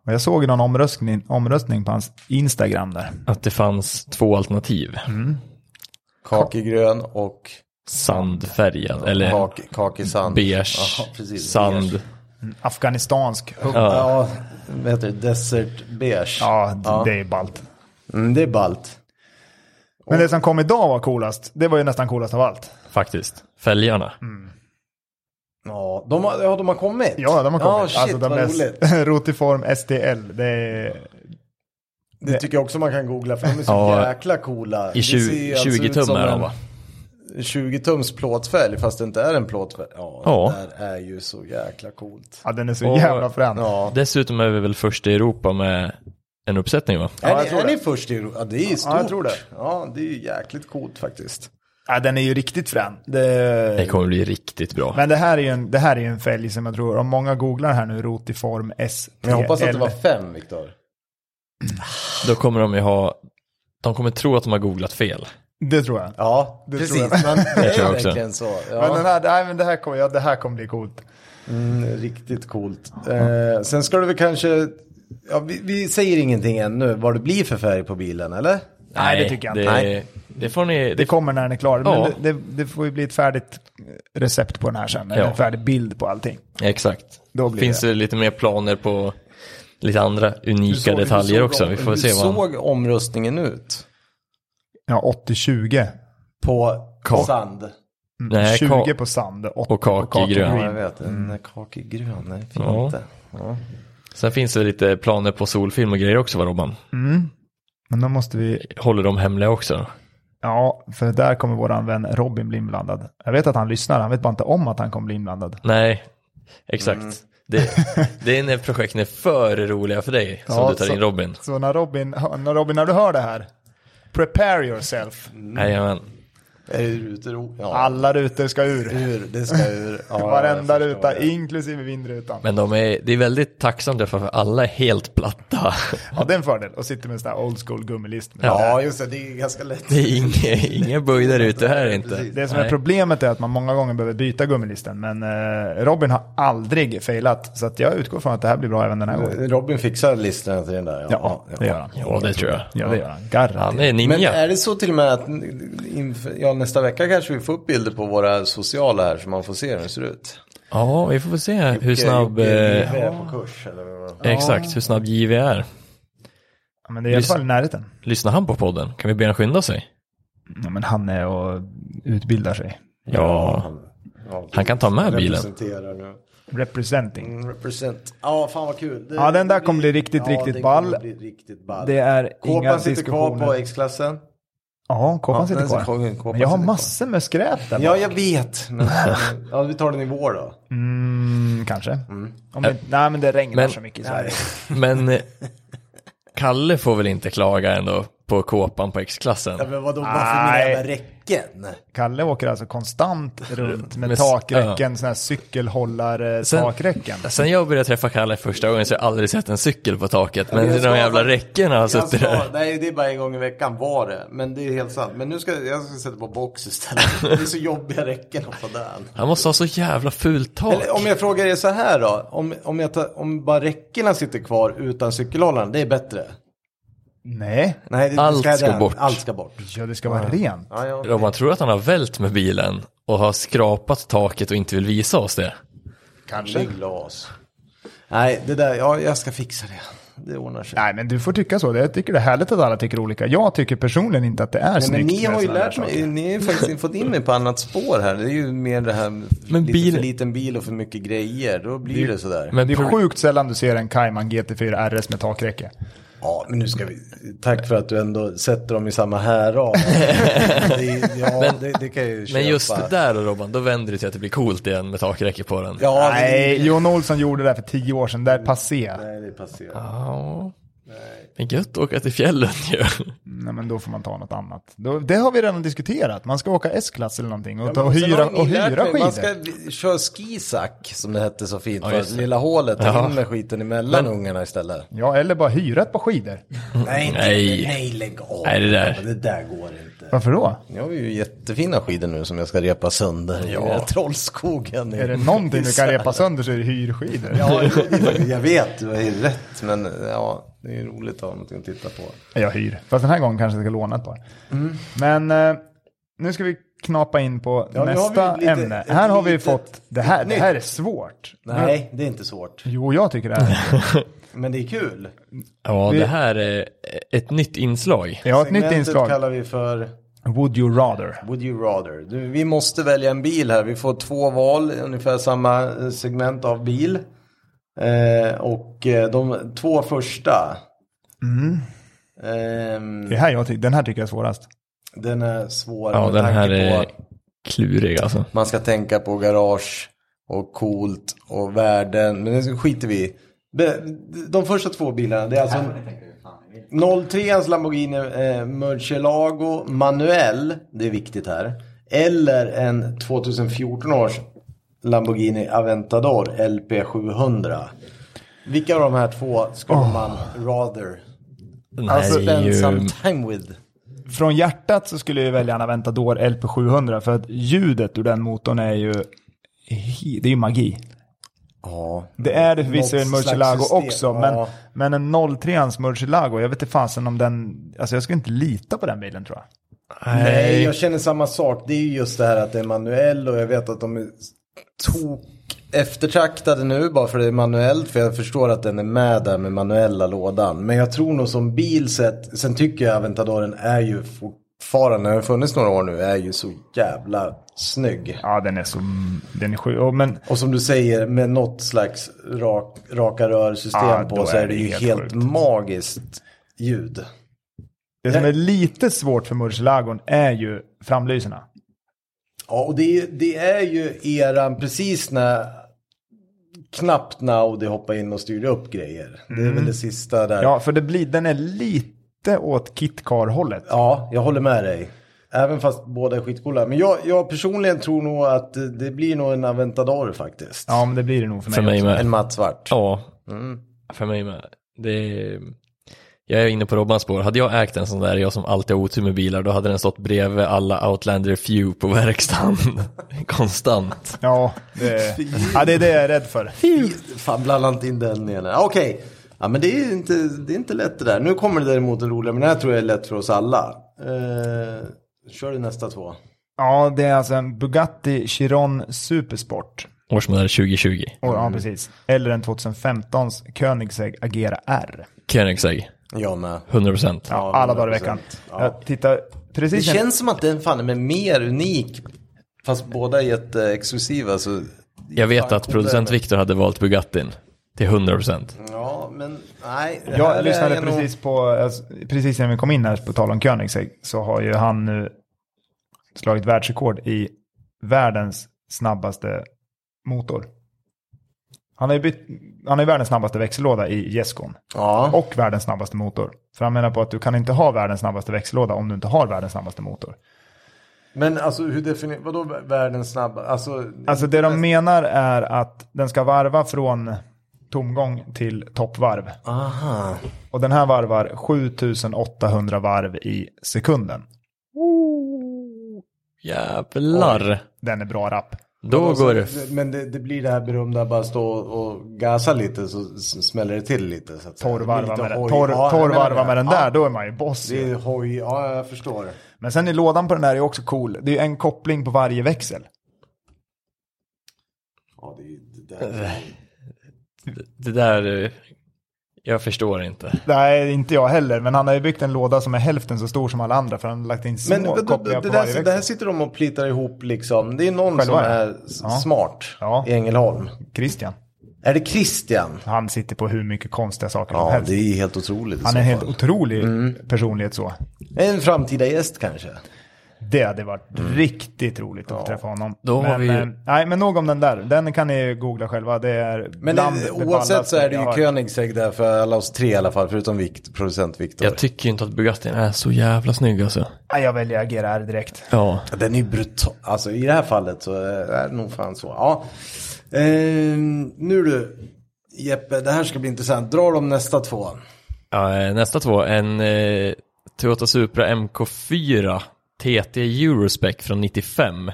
Och jag såg någon omröstning, omröstning på hans Instagram där.
Att det fanns två alternativ.
Kakigrön och
Sandfärgad, eller
kak, kakisand.
beige,
Ja, precis,
sand.
beige.
Afghanistansk.
Ja, vad heter det? Desert beige.
Ja, d- det är ballt.
Mm, det är ballt.
Men det som kom idag var coolast. Det var ju nästan coolast av allt.
Faktiskt. Fälgarna.
Ja, de har, ja, de har kommit. Alltså,
Ja, de har kommit. Alltså,
Ja, shit,
de
vad
är
roligt.
Rotiform STL. Det är...
Det tycker jag också man kan googla för de är så
Ja.
jäkla coola.
I 20,
alltså
20 tum är de va?
20 tums plåtfälg fast det inte är en plåtfälg. Ja,
Ja.
det där är ju så jäkla coolt.
Ja, den är så
Och-
jävla frän.
Ja.
Dessutom är vi väl först i Europa med en uppsättning va?
är
jag
ni,
tror
är
det.
ni först i Europa? Ja, det är ju stort.
Ja, jag tror det.
Ja, det är ju jäkligt coolt faktiskt.
Ja, den är ju riktigt frän. Det...
Det kommer bli riktigt bra.
Men det här är ju en, det här är ju en fälg som jag tror, om många googlar här nu, rotiform STL.
Men jag hoppas att det var fem, Viktor.
Då kommer de ju ha, de kommer tro att de har googlat fel.
Det tror jag.
Ja,
Det
precis.
tror jag.
Men det
tror
är
jag också.
verkligen så.
Men den
Ja,
här, nej, men det här kommer, ja, det här kommer bli coolt.
mm, riktigt coolt. Eh, sen ska du väl kanske... Ja, vi, vi säger ingenting ännu vad det blir för färg på bilen, eller?
Nej, det tycker jag
det,
inte.
Nej.
Det får ni,
Det
det,
kommer när den är klar.
Ja.
Men det, det, det får ju bli ett färdigt recept på den här sen. eller
Ja.
En färdig bild på allting.
exakt.
Då blir
Finns
det.
det lite mer planer på lite andra unika
Hur såg- hur
detaljer
såg
också?
om-
Vi får se
Hur
vad
såg omröstningen ut?
Ja, 80-20.
På
Kak-
sand?
Nej,
20
ka-
på sand, 8
och
på
kakigrön.
Ja,
green.
jag vet. Den är kakigrön, den är fin
Ja.
inte. Ja.
Sen finns det lite planer på solfilm och grejer också va Robban?
Men då måste vi,
Håller de hemliga också?
ja, för där kommer våran vän Robin bli inblandad. Jag vet att han lyssnar, han vet bara inte om att han kommer bli inblandad.
Nej, exakt. Det, det är när projekten är för roliga för dig som
Ja,
du tar
så-
in Robin.
Så när Robin, när Robin, när du hör det här, prepare yourself.
Jajamän.
Är det rutor? Ja.
Alla rutor ska ur.
Ur, det ska ur. Ja,
Varenda
jag förstår
ruta,
det.
inklusive vindrutan.
Men de är, det är väldigt tacksamt därför att alla är helt platta.
Ja, det är en fördel. Och sitter med en sån här old school gummilist. med.
Ja, just det. Det är ganska lätt.
Det är inga, inga böj där ute här
Precis.
inte.
Det som är
Nej.
problemet är att man många gånger behöver byta gummilisten. Men eh, Robin har aldrig failat. Så att jag utgår från att det här blir bra även den här gången.
Robin fixar listorna till den där.
Ja, det gör han.
Ja, det tror jag. eh,
Ja, det gör han.
Han
Garanterat.
är
Men
ninja.
är det så till och med att inför, ja, nästa vecka kanske vi får upp bilder på våra sociala här så man får se hur det ser ut?
Ja, vi får väl se hur snabb, eh,
Vi är på kurs eller vad?
exakt hur snabb JV är.
Ja, Men det är i alla fall i närheten.
Lyssnar han på podden? Kan vi be han skynda sig?
Ja, men han är och utbildar sig.
Ja, han kan ta med bilen.
Representerar nu.
Representing.
Mm, Represent. Ja, fan vad kul. Det-
Ja, den där
det blir-
kommer bli riktigt,
ja,
riktigt
den kommer
ball.
bli riktigt ball.
Det är inga
Kåpan sitter
diskussioner.
kvar på X-klassen.
Ja, kåpan
Ja,
sitter
den
kvar.
sitter kvar. Kåpan
Men jag har
sitter kvar.
massor med skräp där
Ja, jag vet. Men, ja, vi tar den i vår då.
Mm, kanske. Om det, nej, men det regnar
Men-
så mycket i Sverige.
Men eh, Kalle får väl inte klaga ändå på kåpan på X-klassen.
Ja, men vadå,
Nej.
varför med jävla räcken?
Kalle åker alltså konstant runt med,
Med s-
takräcken, sådana här cykelhållar-takräcken.
Sen jag började träffa Kalle första gången så har jag aldrig sett en cykel på taket. Men
men jag
de
ska-
jävla räckena har
Jag
suttit
ska,
där.
nej, det är bara en gång i veckan var det. Men det är helt sant. Men nu ska jag ska sätta på box istället. Det är så jobbiga räcken att få den.
Han måste ha så jävla fult tak.
Eller om jag frågar er så här då. Om, om, jag tar, om bara räckena sitter kvar utan cykelhållaren, det är bättre.
Nej,
Nej, det,
Allt
jag
ska
den.
bort.
Allt ska bort.
ja, det ska vara rent.
Ja, ja.
Om man tror att han har vält med bilen och har skrapat taket och inte vill visa oss det.
Kanske. Glas. Nej, det där, ja, jag ska fixa det. Det ordnar sig.
Nej, men du får tycka så. Jag tycker det är härligt att alla tycker olika. Jag tycker personligen inte att det är
Nej,
snyggt.
men ni
med
har ju
såna här
lärt mig,
saker.
ni har ju faktiskt fått in mig på annat spår här. Det är ju mer det här med
Men
lite
bil-
för liten bil och för mycket grejer. Då blir det sådär.
Men
Det är
pro-
sjukt sällan du ser en Cayman GT4 RS med takräcke.
Ja, men nu ska vi... Tack för att du ändå sätter dem i samma härad. det, ja, det, det kan jag ju köpa.
men just det där då Robban, då vänder det till att det blir coolt igen med takräcke på den.
Ja, det-
Nej, Jon Olsson gjorde det där för tio år sedan. Det är passé.
Nej, det är passerat.
Ja. Men gött att åka till fjällen ju.
Nej, men då får man ta något annat. Då, det har vi redan diskuterat. Man ska åka S-klass eller någonting och, ta och
Sen har
hyra,
ni
och
lärt
hyra
mig,
skidor.
Man ska vi- köra skisack, som det hette så fint.
Ja,
för
just det.
lilla hålet,
Ja.
ja. in med skiten emellan ungarna istället.
Ja, eller bara hyra ett par skidor.
Nej,
Nej.
nej, lägg av.
Nej, det där.
det där går inte.
Varför då?
Jag har ju jättefina skidor nu som jag ska repa sönder. Ja. Trollskogen.
Är det någonting du kan repa sönder så är det hyrskidor.
Ja, jag vet, du har ju rätt. Men ja, det är ju roligt att ha någonting att titta på.
Jag hyr. Fast den här gången kanske jag ska låna ett par. Men eh, nu ska vi knapa in på
Mm. Ja, nu har vi
nästa
lite-
ämne.
ett
Här har vi
litet-
fått, det här, det
nytt.
här är svårt.
Nej, det är inte svårt.
Jo, jag tycker det här.
Men det är kul.
Ja, det här är ett nytt inslag.
Jag har ett nytt
Segmentet
inslag.
kallar vi för
Would you rather?
Would you rather? Du, vi måste välja en bil här. Vi får två val, ungefär samma eh, segment av bil. Eh, och eh, de två första.
Mm.
Ehm,
Det här jag tycker, den här tycker jag är svårast.
den är svår
Ja,
med
den här
tanke på
är
att
klurig alltså.
man ska tänka på garage och coolt och värden. Men det skiter vi i. Be- De första två bilarna, det är alltså 03ans Lamborghini eh, Murcielago manuell, det är viktigt här. Eller en 2014 års Lamborghini Aventador LP700. Vilka av de här två skulle man rather
Den här
alltså,
är
spend
ju...
some time with?
Från hjärtat så skulle jag välja en Aventador LP700 för att ljudet ur den motorn är ju, det är ju magi.
Ja,
Det är det förvisso i en
Något slags
Murcielago
system,
också,
ja.
men, men en 03ans Murcielago, jag vet inte fasen om den, alltså jag skulle inte lita på den bilen tror jag.
Nej, jag känner samma sak. Det är ju just det här att det är manuell och jag vet att de är tok eftertraktade nu bara för det är manuellt. För jag förstår att den är med där med manuella lådan. Men jag tror nog som bil sett, sen tycker jag Aventadoren är ju fortfarande, den har funnits några år nu, är ju så jävla snygg.
Ja, den är så, den är sju, och men
Och som du säger, med något slags rak, raka rörsystem
Ja, då
på så
är
är det
det
ju
helt
helt,
sjukt.
magiskt ljud.
det som är lite svårt för Murcielagon är ju framlyserna.
Ja, och det, är- det är ju eran precis när knappt när Audi hoppar in och styrde upp grejer. Det är väl det sista där. Ja.
Ja, för det blir, den är lite åt KitKar-hållet.
jag håller med dig. Även fast båda är skitcoola. Men jag, jag personligen tror nog att eh, det blir nog en Aventador faktiskt.
Ja, men det blir det nog för mig.
För mig
också.
med.
En matt svart.
Ja,
Mm.
för mig med. Det är... Jag är inne på Robbans spår. Hade jag ägt en sån där, jag som alltid har otur med bilar, då hade den stått bredvid alla Outlander Few på verkstaden. Konstant.
Ja, det, ja, det är det jag är rädd för.
Fan, blanda inte in den igen. Ah, Okej. Ja, men det är, inte, det är inte lätt det där. Nu kommer det däremot en rolig, men det här tror jag är lätt för oss alla. Eh, kör du nästa två.
Ja, det är alltså en Bugatti Chiron Supersport.
Årsmodell 2020.
Och, ja, precis. Eller en 2015s Koenigsegg Agera R.
Koenigsegg,
Jag med.
100%.
Ja, alla dagar i
100%.
veckan.
Ja.
Jag tittar
Det
precis en-
känns som att den fan är mer unik. Fast båda är jätteexklusiva. Så...
Jag vet
Fan,
att
cool
producent
där, men-
Viktor hade valt Bugattin till 100%.
Ja, men nej. det här
Jag
är
lyssnade
nog-
precis på, alltså, precis innan vi kom in här på tal om Koenigsegg, så har ju han nu slagit världsrekord i världens snabbaste motor. Han har ju bytt, han har ju världens snabbaste växellåda i Jescon.
Ja.
Och världens snabbaste motor. För han menar på att du kan inte ha världens snabbaste växellåda om du inte har världens snabbaste motor.
Men alltså hur definierar, vadå världens snabba, alltså,
Alltså det de menar är att den ska varva från tomgång till toppvarv.
aha.
Och den här varvar 7800 varv i sekunden.
Jävlar.
Den är bra rapp.
Då går det.
det. Men det, det blir det här berömda bara stå och gasa lite så s- smäller det till lite. Så att säga. Det blir
Torrvarva
lite
med den,
hoj.
torr,
Ja, jag menar
torrvarva
det.
med den där, då är man ju boss.
Det är hoj, ja jag förstår.
Men sen i lådan på den här är också cool. Det är ju en koppling på varje växel.
Ja, det, är- det där.
Det där, eh, jag förstår inte.
Nej, inte jag heller. Men han har ju byggt en låda som är hälften så stor som alla andra. För han har lagt in små
Men det,
kopplingar
det, det,
på varje
där,
växel.
det här sitter de och plitar ihop liksom. Det är någon
Själva,
som
ja.
är s-
Ja.
smart
Ja.
i Ängelholm.
Christian.
Är det Christian?
Han sitter på hur mycket konstiga saker som
Ja,
helst.
det är helt otroligt. i
Han
så Mm.
är en helt
fall.
otrolig personlighet så.
En framtida gäst kanske.
Det hade varit
Mm.
riktigt roligt att träffa honom.
Då har
men,
vi ju-
eh, Nej, men nog om den där. Den kan ni googla själva. Det är
Men
bland
eh,
det
oavsett
ballaste
så är det
jag
ju
har.
Koenigsegg där för alla oss tre i alla fall, förutom Vikt, producent Viktor.
Jag tycker ju inte att Bugattin är så jävla snygg alltså.
Nej, jag väljer att agera här direkt.
Ja.
Ja, Den är ju brutal. Alltså i det här fallet så eh, är det nog fan så. Ja. Ehm, nu du, Jeppe, det här ska bli intressant. Dra de nästa två.
Ja, eh, nästa två, en eh, Toyota Supra MK4 TT Eurospec från 95.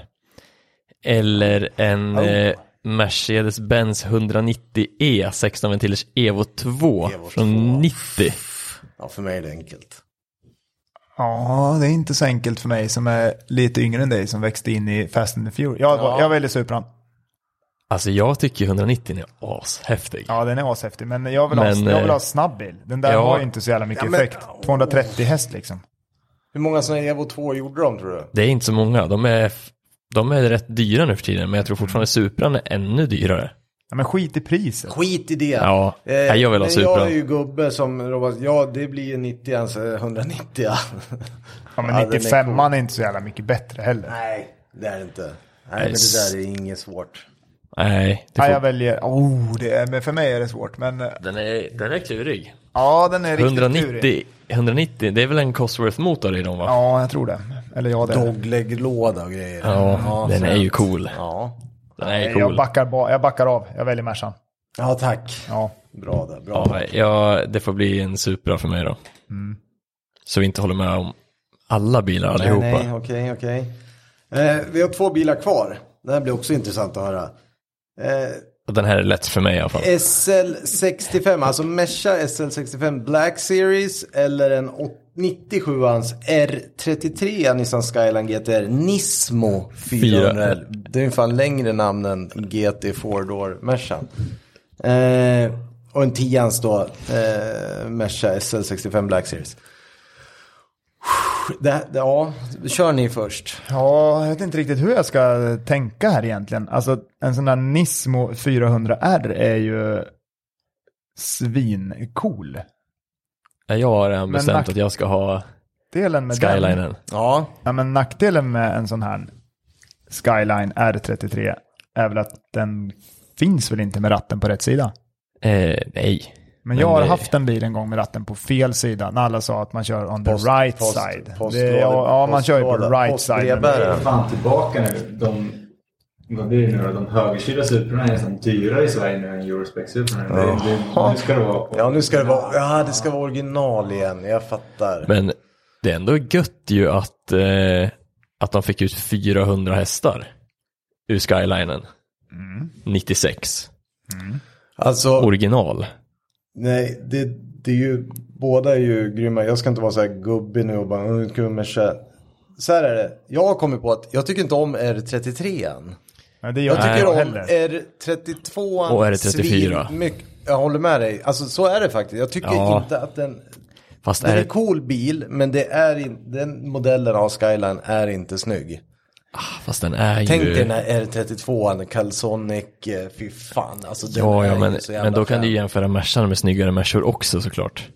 Eller en eh, Mercedes-Benz 190E 16 ventilers Evo 2
Evo
från
2.
90.
Ja, för mig är det enkelt.
Ja, det är inte så enkelt för mig som är lite yngre än dig som växte in i Fast and the Furious. Jag,
Ja.
jag väljer Supran.
Alltså jag tycker 190 är ashäftig.
Ja, den är ashäftig, men jag vill,
Men,
ha, jag vill
eh,
ha snabb bil. Den där
ja.
har ju inte så jävla mycket
Ja, men-
effekt. 230 häst liksom.
Hur många sådana Evo 2 gjorde de tror du?
Det är inte så många, de är, de är rätt dyra nu för tiden, men jag tror fortfarande Supran är ännu dyrare.
Ja, men skit i priset.
Skit i det.
Ja,
Eh,
nej, jag vill ha
men
Supra.
Jag är ju gubbe som Robert, ja det blir ju 90 ens, eh, 190 ja.
Ja,
Ja,
men
den är
95 an är inte så jävla mycket bättre heller. Nej,
Nej, det är det inte. Nej, men det där är inget svårt.
Nej, det
jag
får,
väljer... Oh, det är, men för mig är det svårt, men... eh,
den, är, den är klurig.
Ja, den är riktigt klurig.
190, 190, det är väl en Cosworth-motor i dem va?
Ja, jag tror det. Eller ja, det är det.
Dogleg-låda och grejer.
Ja, den
så
är
att-
ju cool.
Ja.
Den är
Jag
cool.
backar, ba- jag backar av. Jag väljer Mercan.
ja, tack.
Ja.
Bra där, bra.
Ja, ja, det får bli en Supra för mig då.
Mm.
Så vi inte håller med om alla bilar allihopa.
Nej, nej, okej, okej. Eh, vi har två bilar kvar. Det här blir också intressant att höra. Eh,
Och Den här är lätt för mig i alla fall.
SL65, alltså Mesha SL65 Black Series eller en åt- 97ans R33 Nissan Skyline GTR Nismo 400.
Fyra.
Det är ju fan längre namn än GT 4-door Meshan. Eh, och en 10ans då, eh, Mesha SL65 Black Series. Det, det, ja, kör ni först.
Ja, jag vet inte riktigt hur jag ska tänka här egentligen. Alltså en sån där Nismo 400R är ju svincool. Eh,
Jag har redan bestämt
nack-
att jag ska ha
Delen med Den,
Skylinen.
Ja,
ja, men nackdelen med en sån här Skyline R33 är väl att den finns väl inte med ratten på rätt sida.
Eh, nej.
Men jag har
det-
haft en bil en gång med ratten på fel sida när alla sa att man kör on the
Post-
right
post-
side.
postlåda-
det, ja, ja, man kör ju på
postlåda,
right side. men-
postbrevbärare.
fan tillbaka nu. De, vad blir det nu då? De högerstyrda Suprorna är nästan dyrare i Sverige nu än Eurospec-Suprorna. Det- det- Nu ska det vara på.
Ja, nu ska det vara, ja, det ska vara original igen. Jag fattar.
Men det är ändå gött ju att, eh, att de fick ut 400 hästar ur Skylinen.
Mm.
96.
Alltså,
Original.
nej, det, det är ju, båda är ju grymma. Jag ska inte vara så här gubbig nu och bara, "Mm, gud, men tjä." så här är det. Jag har kommit på att jag tycker inte om R33 än.
Ja, det gör
Jag
inte
tycker om
heller.
R32
Och R34.
svinmycket. Jag håller med dig. Alltså så är det faktiskt. Jag tycker
Ja.
inte att den...
Fast
Det är
är
en cool bil, men det är in, den modellen av Skyline är inte snygg.
Fast den är ju...
Tänk dig den här R32an, Calsonic, eh, fy fan. Alltså, den
Ja,
är
ja
ju
men,
så jävla
men då kan
främ.
du ju jämföra Mercan med snyggare Mercor också såklart.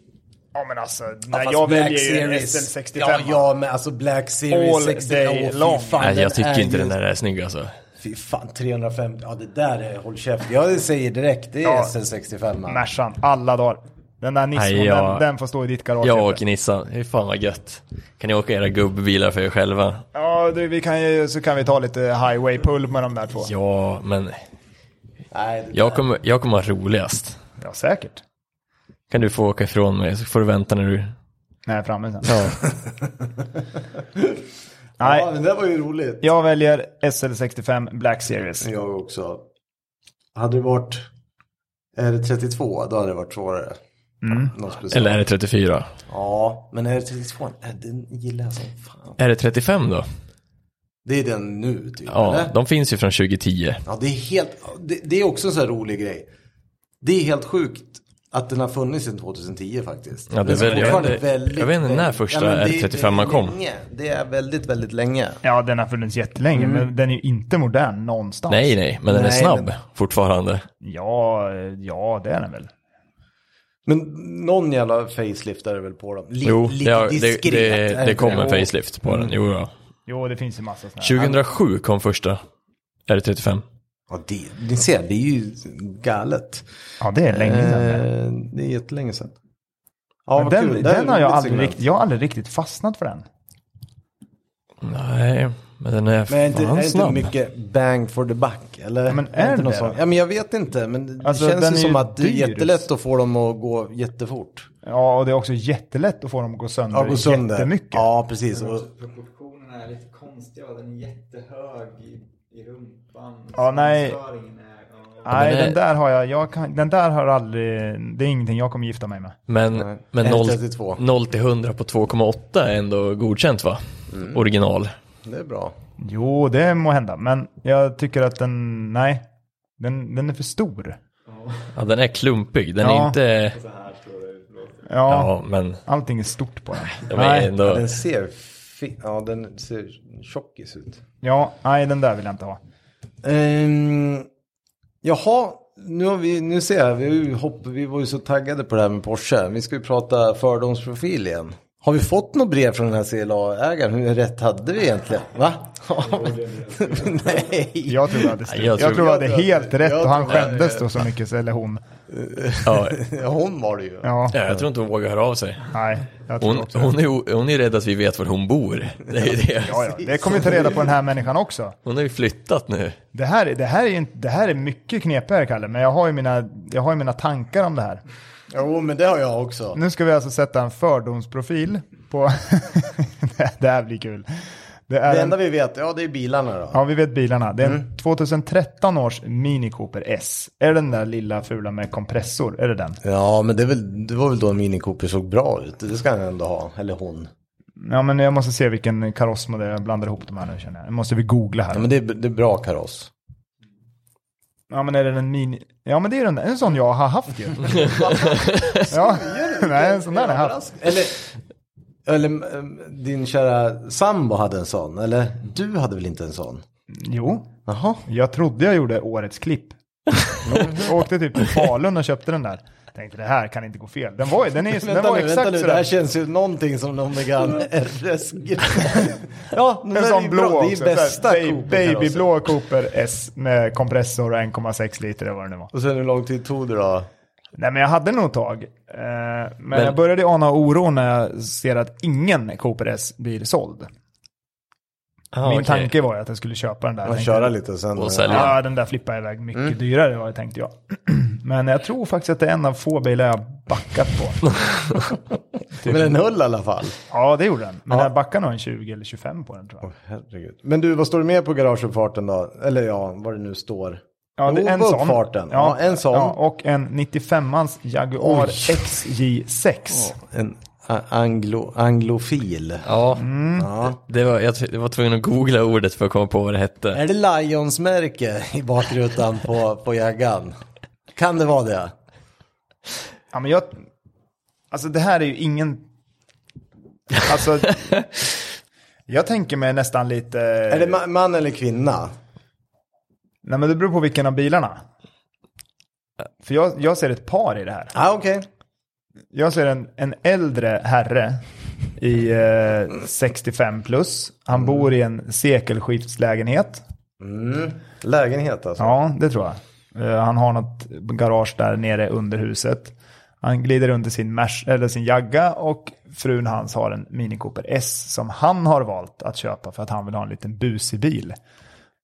Ja men alltså, nej,
Fast
jag
Black
väljer ju en
Series-
SL65.
Ja, ja, men alltså Black Series
All
65.
day
åh, fy
long.
fan,
Nej, jag
är
tycker inte
ju-
den där är snygg alltså.
Fy fan, 350. Ja, det där är, håll käft. Jag säger direkt, det är
Ja.
SL65. man.
Mercan, alla dagar. Den där Nissan,
Nej, jag-
den, den får stå i ditt garage.
Jag
Jeppe.
åker Nissan, det är fan vad gött. Kan ni åka era gubbbilar för er själva?
Ja, du, vi kan ju, så kan vi ta lite highway-pull med de där två. Ja,
Ja, men
Nej, det
jag kommer, jag kommer ha roligast.
säkert.
Kan du få åka ifrån mig så får du vänta när du...
När jag är framme sen.
Ja.
Nej.
Nej,
Ja, men det var ju roligt.
jag väljer SL65 Black Series.
Jag också. Hade det varit, är det 32, då hade det varit svårare.
Mm.
Något speciellt.
Eller är det 34?
Ja, men är det 32, äh, den gillar jag som fan.
Är det 35 då?
Det är den nu typ,
Ja,
eller?
de finns ju från 2010.
Ja, det är helt, det, det är också en sån här rolig grej. Det är helt sjukt att den har funnits sedan 2010 faktiskt.
Ja, det
Den
är väl- jag
fortfarande
vet inte- jag vet inte när första
men det-
R35
det är
kom.
Länge. Det är väldigt, väldigt länge.
Ja, den har funnits jättelänge, men den är ju inte modern någonstans.
Nej, nej, men den är
Nej,
snabb
men-
fortfarande.
Ja, eh, ja, det är den väl.
Men någon jävla facelift är det väl på dem? Li-
Jo,
lite
det, har- det,
diskret. är Mm.
det, det
inte
kom en facelift på den. Jo, ja.
Jo, det finns ju massa sådana här.
2007 kom första R35.
Ja, det, ni ser, det är ju galet.
Ja, det är länge sedan. det.
Eh, det är jättelänge sedan. Ja,
Men
vad
den,
kul. Det här är
den
ett
har jag
roligt
aldrig,
segment.
riktigt, jag har aldrig riktigt fastnat för den.
Nej, men den är
Men är inte,
fan
är det inte
snabb.
mycket bang for the buck? Eller?
men är
det
det
någon
det
sån?
då?
Ja, men jag vet inte. Men det
Alltså,
känns
den
ju
är
som
ju
att det är
dyr.
jättelätt att få dem att gå jättefort.
Ja, och det är också jättelätt att få dem att gå sönder,
Ja, gå sönder.
jättemycket.
Ja, precis. Och,
Proportionerna är lite konstiga. Den är jättehög i, i rumpan.
Ja, nej.
Svansföringen Är, ja.
Nej,
Men det-
den där har jag, jag kan, den där har aldrig, det är ingenting jag kommer gifta mig med.
Men, men 0,
132.
0 till 100 på 2,8 är ändå godkänt va?
Mm.
Original.
det är bra.
Jo, det må hända, men jag tycker att den, nej, den, den är för stor.
Ja, den är klumpig. Den är
Ja.
inte...
Så här står det ut. låter.
Ja,
Ja, men
allting är stort på den.
de är
Nej,
Ja,
ändå...
den ser fin... Ja, den ser tjockis ut.
ja, nej, den där vill jag inte ha.
Um, jaha, nu, har vi, nu ser jag. Vi, har ju hopp, vi var ju så taggade på det här med Porsche. Vi ska ju prata fördomsprofil igen. Har vi fått något brev från den här CLA-ägaren? Hur rätt hade vi egentligen? Va? Nej.
Jag tror att det
jag
jag
tror-
tror att det är helt rätt
jag
och han
tror-
skämdes då så mycket, så- eller hon.
Ja,
Hon var det ju.
Ja,
jag tror inte hon vågar höra av sig.
nej, jag tror
Hon,
också det.
hon, är, o- hon är rädd att vi vet var hon bor. Det är ju det.
Ja, ja, det kommer vi ta reda på den här människan också.
Hon har ju flyttat nu.
Det här, är- det här, är, ju inte- det här är mycket knepigare, Kalle, men jag har, ju mina, jag har ju mina tankar om det här.
Jo, men det har jag också.
Nu ska vi alltså sätta en fördomsprofil på... det, det här blir kul. Det är
Det
en,
enda Mm. vi vet, ja det är bilarna då.
ja, vi vet bilarna. Det är en 2013 års Mini Cooper S. Är det den där lilla fula med kompressor? Är det den?
Ja, men det, är väl, det var väl då en Mini Cooper såg bra ut. Det ska han ändå ha, eller hon.
Ja, men jag måste se vilken karossmodell. Jag blandar ihop de här nu känner jag. Nu måste vi googla
Ja,
här.
men det är, det är bra kaross.
Ja, men är det den Mini... Ja, men det är den där. En sån jag har haft ju. ja, nej, en sån där har jag haft.
Eller, eller ehm, din kära sambo hade en sån, eller du hade väl inte en sån?
Jo,
Jaha.
Jag trodde jag gjorde årets klipp. Jag åkte typ till Falun och köpte den där. Tänkte det här kan inte gå fel. Den var, ju- den är, den
Vänta
var
nu, vänta
exakt
nu, det här
sådär.
känns ju någonting som någon vegan RS. ja, den
En
där är ju
sån blå
bra. Det är
också.
ju bästa alltså.
Sådär, ba-
Cooper-karossen.
Babyblå Cooper S med kompressor och 1,6 liter eller vad det nu var.
Och sen hur lång tid tog det då?
Nej men jag hade nog tag. Eh, Men, jag började ana oro när jag ser att ingen Cooper S blir såld.
Ah,
Min
okej.
tanke var ju att jag skulle köpa den där.
Man
Tänkte-
köra lite Mm. sen.
Och sälja.
Ja, den där flippar jag iväg mycket dyrare vad jag tänkte jag. Men jag tror faktiskt att det är en av få bilar jag backat på.
Men den höll i alla fall.
Ja, det gjorde den. Men jag backade nog en 20 eller 25 på den tror jag.
Herregud. Men du, vad står det mer på garageuppfarten då? Eller ja, vad det nu står.
Ja, det
Jo,
är en
vad
sån.
uppfarten. Ja, en sån.
Ja, och en 95ans Jaguar
Oj.
XJ6.
En a- anglo, anglofil.
Ja,
Mm.
Ja.
det var, jag, jag var tvungen att googla ordet för att komma på vad det hette.
Är det Lions-märke i bakrutan på, på jaggan? Kan det vara det?
Ja, men jag... Alltså det här är ju ingen... Alltså... jag tänker mig nästan lite...
Är det ma- man eller kvinna?
Nej, men det beror på vilken av bilarna. För jag, jag ser ett par i det här.
Ja, ah, okej.
Jag ser en, en äldre herre i eh, 65 plus. Han bor i en sekelskifteslägenhet.
Mm. Lägenhet alltså.
Ja, det tror jag. Eh, Han har något garage där nere under huset. Han glider runt i sin, Mers- eller sin Jagga och frun hans har en Mini Cooper S som han har valt att köpa för att han vill ha en liten busig bil.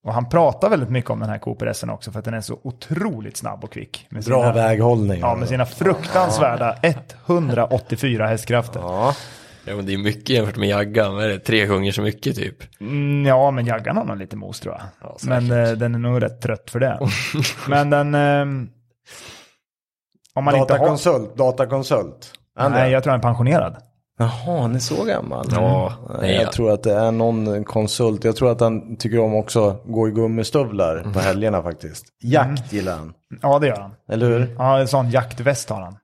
Och han pratar väldigt mycket om den här Cooper S också för att den är så otroligt snabb och kvick. Med
Bra
sina-
väghållning.
Ja, med sina fruktansvärda 184 hästkrafter.
Ja.
Ja, men det är mycket jämfört med Jaggan, vad är det? Tre gånger så mycket typ.
Mm, ja, men jaggan har nog lite mos tror jag.
Ja, säkert.
men eh, den är nog rätt trött för det. men den... ehm, om man inte har...
Datakonsult, datakonsult.
Nej, jag tror han är pensionerad.
Jaha, han är så gammal.
Ja,
Nej, jag tror att det är någon konsult. Jag tror att han tycker om också att gå i gummistövlar
Mm.
på helgerna faktiskt. Jakt gillar han,
Ja, det gör han.
eller hur?
Ja, en sån jaktväst har han.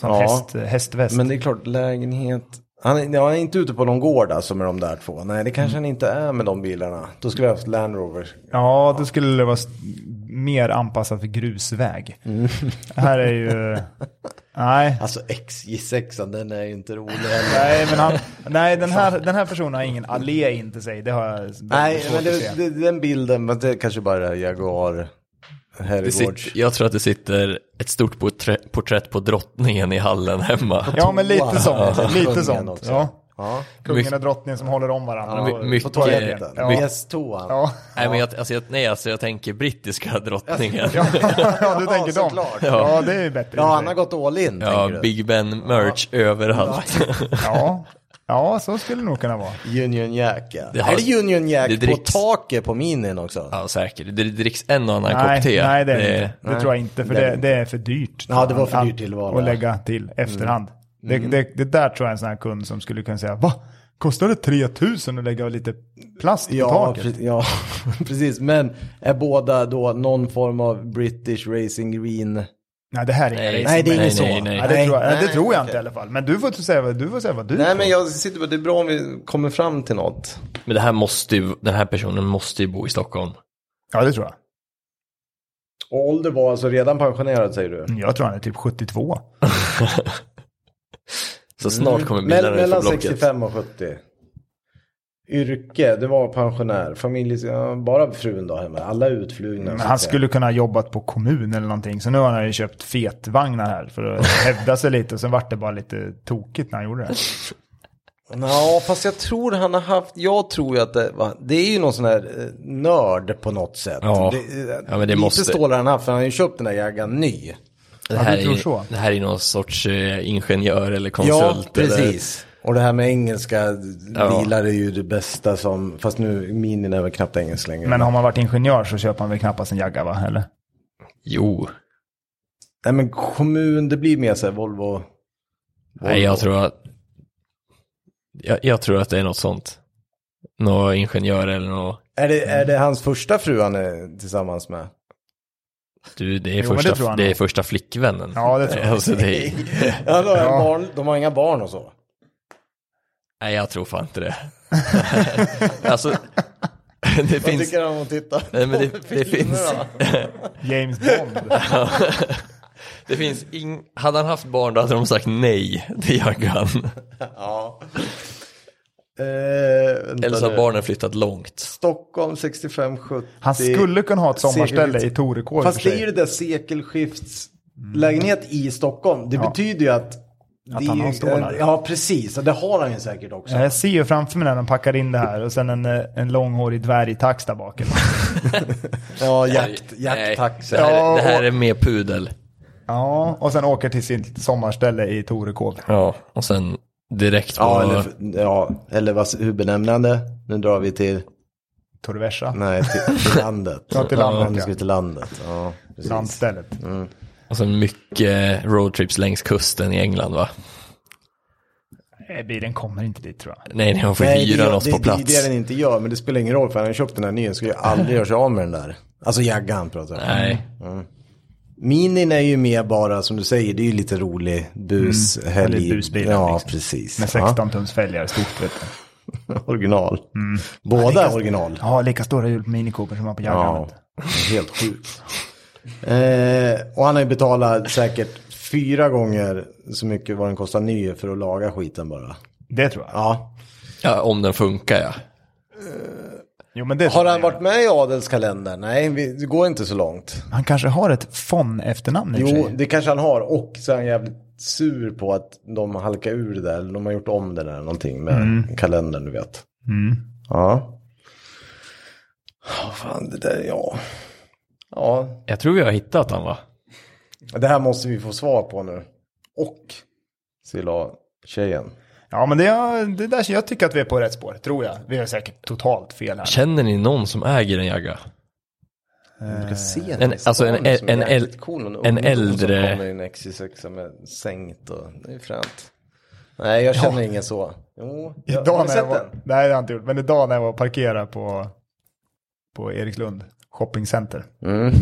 Sån
Ja.
häst, hästväst.
Men det är klart, lägenhet. Han är, ja, han är inte ute på någon gård alltså med de där två. Nej, det
Mm.
kanske han inte är med de bilarna. Då skulle jag haft Land Rover.
Ja, då skulle det vara s- mer anpassat för grusväg.
Mm.
Det här är ju... Nej.
Alltså XJ6, den är ju inte rolig heller.
Nej, men han, nej den, här, den här personen har ingen allé in till sig. Det har jag
Nej,
svårt
men
att se.
det, det, den bilden, men det kanske bara är Jaguar.
Det
Herrgårds.
sitter, jag tror att det sitter ett stort porträ- porträtt på drottningen i hallen hemma.
Ja, men lite sånt.
Ja.
Lite
Kungen
sånt.
också.
Ja.
Ja.
Kungen och drottningen som håller om varandra.
My-
Och-
mycket-
På toaletten.
Ja.
Gästtoan.
Ja.
Nej, men jag, alltså, jag, nej, alltså, jag tänker brittiska drottningen.
Ja. ja, du tänker dem.
såklart.
Ja, det är ju bättre.
Ja, han har gått all in,
Ja,
tänker du.
Big Ben-merch överallt.
ja. ja, så skulle det nog kunna vara.
Union Jack, ja.
Det har-
Är det Union Jack
det dricks-
på taket på minin också? Ja,
Ja, säkert. Det dricks en och annan
Nej,
kopp te.
nej det, är det,
Det-
inte. det tror jag inte. För det, det är för dyrt.
Ja, det Mm. var för dyrt tillvaro,
Att
ja.
lägga till efterhand. Det, det, det där tror jag är en sån här kund som skulle kunna säga, va? Kostar det 3000 att lägga lite plast på taket?
pre- ja, precis. Men är båda då någon form av British Racing Green?
Nej, det här är
Nej,
inget.
Nej, det är
nej,
inget så.
nej, nej.
Nej, det tror jag, nej, det tror jag
okej.
inte i alla fall. Men du får säga vad du, får säga vad du
Nej,
tror.
men jag sitter på det är bra om vi kommer fram till något.
Men det här måste ju, den här personen måste ju bo i Stockholm.
Ja, det tror jag.
Och ålder var alltså redan pensionerad, säger du?
Mm, Jag tror han är typ 72. Mm.
Så snart kommer
Mell-
bilarna ut från
mellan
blocket.
65 och 70. Yrke, det var pensionär. Familj, ja, bara frun då hemma. Alla är utflugna.
Men han skulle kunna ha jobbat på kommun eller någonting. Så nu har han ju köpt fetvagnar här för att hävda sig lite. Och sen vart det bara lite tokigt när han gjorde det.
Ja, fast jag tror han har haft, jag tror ju att det, va, det är ju någon sån här eh, nörd på något sätt.
Ja.
eh,
Ja, men det
lite
måste-
stålar han haft, för han har ju köpt den där jaggan ny.
Det
Ja,
här,
du tror så.
är, det här är någon sorts eh, ingenjör eller
Ja,
konsult. Eller,
precis. Och det här med engelska
Ja.
bilar är ju det bästa som, fast nu, minin är väl knappt engelsk längre.
Men har man varit ingenjör så köper man väl knappast en jagga va? Eller?
jo,
Nej men kommun, det blir mer så här Volvo.
nej jag tror att jag, jag tror att det är något sånt. Någon ingenjör eller något.
Är det, är
Mm.
det hans första fru han är tillsammans med?
Du, det är,
Jo, men det
första,
tror
det,
jag
är
nog.
första flickvännen.
Ja, det tror jag.
Alltså, det är,
Ja, de har,
Ja.
Barn, de har inga barn och så.
nej, jag tror fan inte det. alltså, det
Vad
finns...
tycker han om att titta?
Nej, men
på
det,
filmer
det finns...
då?
James Bond.
Det finns ing... Hade han haft barn då hade de sagt nej till Jaggan.
Ja. Eh, vänta
Eller så
nu.
har barnen flyttat långt.
Stockholm 65-70.
Han skulle kunna ha ett sommarställe i
Segelvikt.
Torekov. i och
Fast
för
det är
sig.
ju det där sekelskiftslägenhet i Stockholm. Det betyder ju att... det
han
är
har
ju-
stålar.
Ja, precis. Och det har han ju säkert också.
Jag ser ju framför mig när de packar in det här och sen en, eh, en långhårig dvärgtax där bak. eller?
Ja, jakt,
Nej,
jakttaxa.
Det, här
Ja,
är- det här
och-
är mer pudel.
Ja, och sen åker till sitt sommarställe i Torekov.
Ja, och sen direkt på...
Ja, eller, ja, eller vad, hur benämner han det? Nu drar vi till...
Torversa.
Nej, till, till landet.
Ja, till landet,
nu
ja.
ska vi till landet. Ja, precis. Mm.
Landstället.
Och sen mycket roadtrips längs kusten i England va?
Nej, Eh, bilen kommer inte dit tror jag.
Nej, nej, de får
Nej, det
hyra
gör-
oss
det,
på
Det, det är
plats.
det den inte gör, men det spelar ingen roll för han har köpt den här nya. Han skulle ju aldrig göra sig av med den där. Alltså jaggan pratar jag om.
Nej,
Minin är ju mer bara, som du säger, det är ju lite rolig bus, helg.
Eller busbilen,
Ja,
liksom.
precis.
Med 16 tums fälgar, stort vet du.
Ja, original. Båda är original.
Ja, lika stora hjul på Mini Cooper som man på Jaggan.
Ja, helt sjukt. Eh, och han har ju betalat säkert fyra gånger så mycket vad den kostar ny för att laga skiten bara.
Det tror jag.
Ja,
ja, om den funkar ja.
Jo, men det
Har han varit med i adelskalendern? Nej, vi, det går inte så långt.
Han kanske har ett fon-efternamn i och för
Jo,
sig.
det kanske han har. Och så är han jävligt sur på att de halkar ur det där. Eller de har gjort om det där någonting med kalendern, du vet.
Mm.
Ja. Ja, fan det där, ja. Ja,
Jag tror vi har hittat han va?
det här måste vi få svar på nu. Och Silla-tjejen.
Ja, men det, är- det där, jag tycker att vi är på rätt spår, tror jag. Vi har säkert totalt fel här.
Känner ni någon som äger en jagga?
Du ska
Eh.
se
En- alltså en-
stan som är
en- en-
jäkligt cool, någon
en
ungdom
äldre-
Som kommer i en XC6 med sänkt och det är fränt. Nej, jag känner ingen så. Jo, jag, har
Idag
du
när jag
sett
var,
den?
nej, det har jag inte gjort. Men idag när jag var parkerad på, på Erikslund shoppingcenter.
Mm.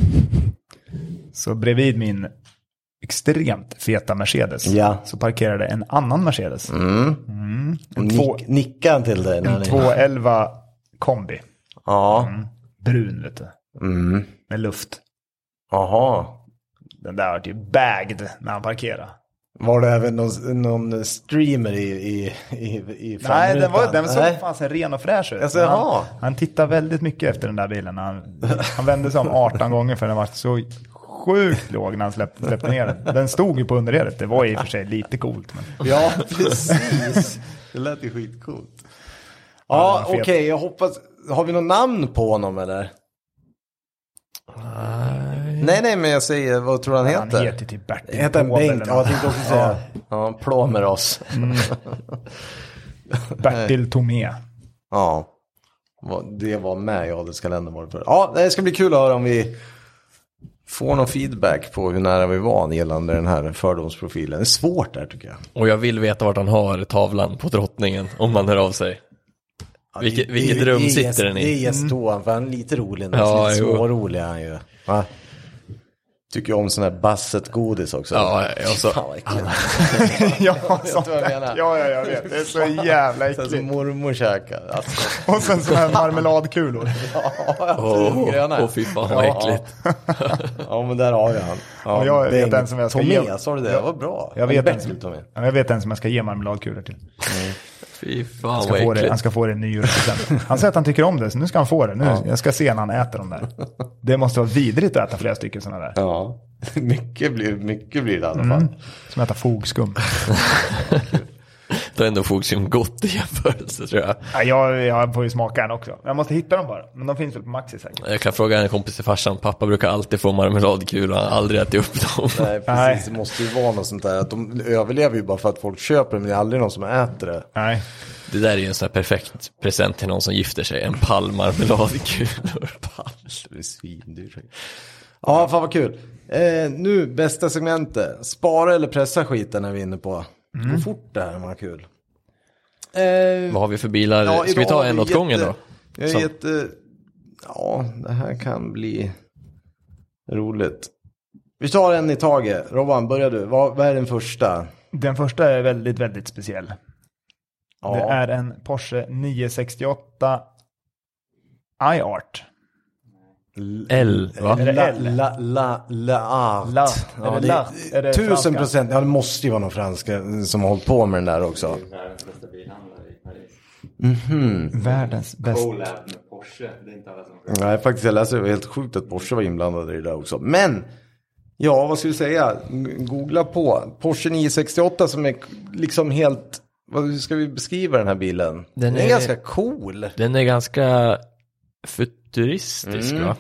Så bredvid min extremt feta Mercedes
Ja. Mm.
så parkerade en annan Mercedes. Mm. En två-
Nick, nickar han till dig? När
En
ni...
211 kombi.
Ja.
Mm. Brun vet du.
Mm.
Med luft.
Aha.
Den där var typ bagged när han parkerade.
Var det även någon, någon streamer i, i, i, i
Nej, den, var, den såg
Nej.
fanns ren och fräsch ut.
Alltså,
Men
jaha.
han, han tittade väldigt mycket efter den där bilen. Han, han vände sig om 18 gånger för den var så sjukt låg när han släppte, släppte ner den. Den stod ju på underredet. Det var i och för sig lite coolt. Men...
Ja, precis. Det lät ju skitcoolt. Ja,
den var
okej,
fet.
jag hoppas. Har vi något namn på honom eller?
Nej.
Nej, nej, men jag säger, vad tror du han
Han
heter?
heter typ Bertil
Heter han
Taube
Bengt? Ja,
eller
jag
något.
tänkte också säga. Ja, plåmer oss.
Bertil Tomé.
Ja, Vad- det var med i adelskalendern var det för. Ja, det ska bli kul att höra om vi får någon feedback på hur nära vi var gällande den här fördomsprofilen. Det är svårt där tycker jag.
Och jag vill veta vart han har tavlan på drottningen om man hör av sig. Vilket, vilket rum sitter den
Det är
i? Mm.
gästtoan, för han är lite rolig.
Ja,
Ja, lite
jo.
smårolig är han ju. Va? Tycker ju om sån här basset-godis också.
Ja, och så-
Fan vad äckligt.
ja, sånt
vad jag
där.
menar.
ja, ja, jag vet. Det är så jävla
Sen som
äckligt.
Alltså, mormor käkar. Alltså,
Och sen sådana här marmeladkulor.
ja,
Åh,
de gröna.
åh, fy fan vad
Ja.
äckligt.
Ja, men där har vi han. Ja,
Och jag vet
Bengt
en som jag ska
Tomé,
ge-
sa du det? Det var bra.
Jag vet en
Bertil
som,
Tomé.
Ja, jag vet en som jag ska ge marmeladkulor till.
Fy fan
Ska
vad
få det, han
äckligt.
ska få det i nyårspresent. Han säger att han tycker om det, så nu ska han få det. Nu, Jag ska se när han äter dem där. Det måste vara vidrigt att äta flera stycken sådana där.
Ja, mycket blir, mycket blir det i alla fall.
Mm. Som att äta fogskum.
Då är ändå Fogsum gott i jämförelse tror jag.
Ja, jag, jag får ju smaka en också. Jag måste hitta dem bara. Men de finns väl på Maxi säkert.
Jag kan fråga en kompis till farsan, pappa brukar alltid få marmeladkulor, han har aldrig ätit upp dem.
Nej, precis.
Nej.
Det måste ju vara något sånt där. Att de överlever ju bara för att folk köper det, men det är aldrig någon som äter det.
Nej.
Det där är ju en sån här perfekt present till någon som gifter sig, en pall marmeladkulor.
Det är svindyrt. Ja, fan vad kul. Eh, nu, bästa segmentet. Spara eller pressa skiten är vi inne på.
Mm.
Gå fort det här, var kul. Eh,
Vad har vi för bilar? Ska vi
idag
ta
har
en
vi
åt gången
jätte-
då?
Jag är
Som-
jätte... Ja, det här kan bli roligt. Vi tar en i taget. Robban, börjar du. Vad, vad är den första?
Den första är väldigt, väldigt speciell.
Ja.
Det är en Porsche 968 iArt.
L, va?
Är det
La,
L?
la, la, la, art.
La. Är
Ja,
det
det
la? Är det
tusen
franska?
procent. Ja, det måste ju vara någon franska som har hållit på med den där också.
Det är världens bästa bilhandlare i Paris.
Världens bästa.
Colab med Porsche. Det är inte alla som
Nej, faktiskt. Jag läste det. Det var helt sjukt att Porsche var inblandade i det där också. Men, ja, vad ska vi säga? G- Googla på. Porsche 968 som är liksom helt... Vad hur ska vi beskriva den här bilen? Den
Den
är,
är-
ganska cool.
Den är ganska futuristisk
Mm.
va?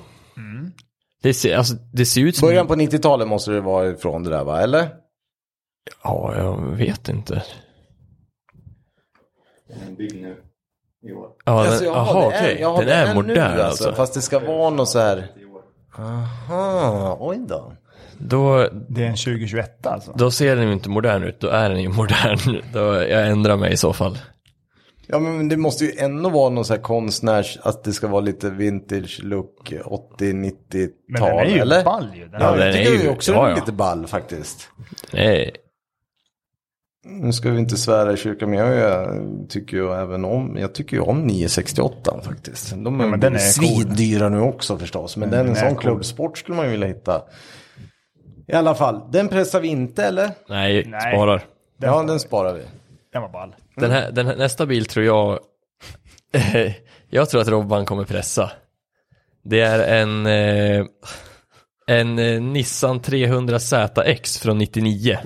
Det, ser, alltså, det ser ut som...
Början på 90-talet måste det vara ifrån det där va, eller?
Ja, jag vet inte.
Den är byggd nu i år.
Ja, den,
Alltså, jaha,
aha,
det är-
okej.
jaha,
Den är modern
nu,
alltså.
Fast det ska vara något så här...
I år.
Aha, oj då.
Då,
Det är en 2021 alltså.
då ser den ju inte modern ut, då är den ju modern. Då, jag ändrar mig i så fall.
Ja men det måste ju ändå vara någon så här konstnärs, att det ska vara lite vintage look 80-90-tal
Men den är ju
eller?
ball ju. Den
Ja, jag
är-
den
tycker
är ju-
ju också
ja,
den är
ja.
lite ball faktiskt.
Nej,
Nu ska vi inte svära i kyrkan men jag är- tycker ju även om, jag tycker ju om 968 faktiskt. De är,
men den är Mm,
svindyra nu också förstås men den är en
den är
sån
cool.
klubbsport skulle man ju vilja hitta. I alla fall, den pressar vi inte eller?
nej,
Nej.
Mm.
sparar.
Den ja den sparar vi.
Den var ball.
Den här, den här, nästa bil tror jag... Jag tror att Robban kommer pressa. Det är en, eh, en eh, Nissan 300 ZX från 99.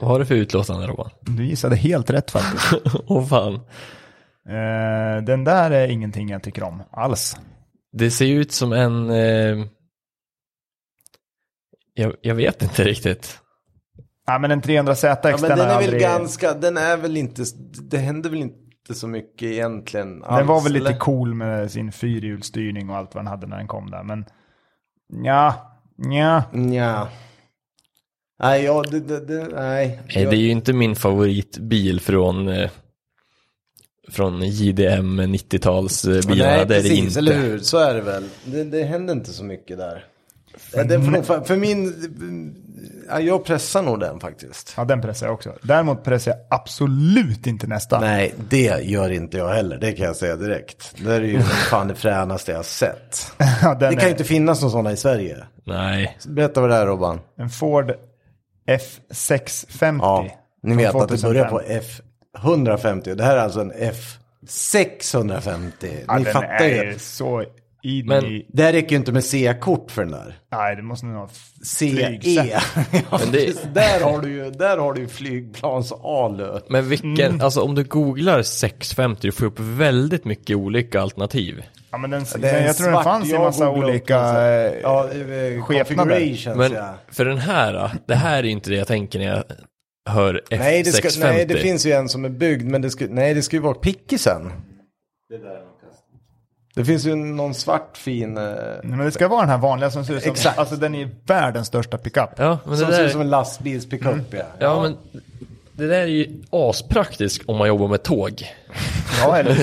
Vad har du för utlåtande Robban?
Du gissade helt rätt faktiskt.
Åh fan.
Eh, den där är ingenting jag tycker om alls.
Det ser ut som en... Eh, jag, jag vet inte riktigt.
Nej, men en 300 ZX,
Ja, men
den,
den
har
är
aldrig...
väl ganska, den är väl inte, det händer väl inte så mycket egentligen alls,
Den var väl
eller?
lite cool med sin fyrhjulsstyrning och allt vad den hade när den kom där. Men ja, ja.
Nja. Nej, ja, det, det, det, nej.
Nej,
Jag-
Eh, det är ju inte min favoritbil från, eh, från JDM 90-talsbilarna.
Nej,
eh, det är det
precis,
inte.
eller hur? Så är det väl. Det, det händer inte så mycket där. Ja, det, för, för, för min, ja, jag pressar nog den faktiskt.
ja, den pressar jag också. Däremot pressar jag absolut inte nästa.
Nej, det gör inte jag heller. Det kan jag säga direkt. Det är ju fan det fränaste jag har sett.
Ja, den
Det kan
är
ju inte finnas någon sådana i Sverige.
Nej.
Berätta vad det är Robban.
en Ford F650.
Ja, ni
från
vet att det börjar
2005.
på F150. Det här är alltså en F650.
Ja,
ni
den
fattar
är
ju.
så in
Men-
i...
Det här räcker ju inte med C-kort för den där.
Nej, det måste nog vara
CE.
flygsätt.
E. Ja,
Men det-
precis. där, har du ju, där har du ju flygplans-ALU.
Men vilken, alltså om du googlar 650 du får upp väldigt mycket olika alternativ.
Ja, men den,
Det är
men
en
jag tror den
svart
fanns i
jag
massa
googlade
olika...
också.
eh,
Ja, eh,
skepnader.
configurations
Men
ja.
för den här, då, det här är ju inte det jag tänker när jag hör F650.
Nej det, ska, nej, det finns ju en som är byggd, men det ska, nej, det ska ju vara pickisen.
Det där är någon kast.
Det finns ju någon svart fin, eh,
Nej, men det ska vara den här vanliga som ser ut som...
Exakt.
Alltså den är världens största pickup.
Ja, men det
som ser
där, Mm.
ut som en lastbilspickup. Ja.
ja, men det där är ju aspraktiskt om man jobbar med tåg.
Ja, eller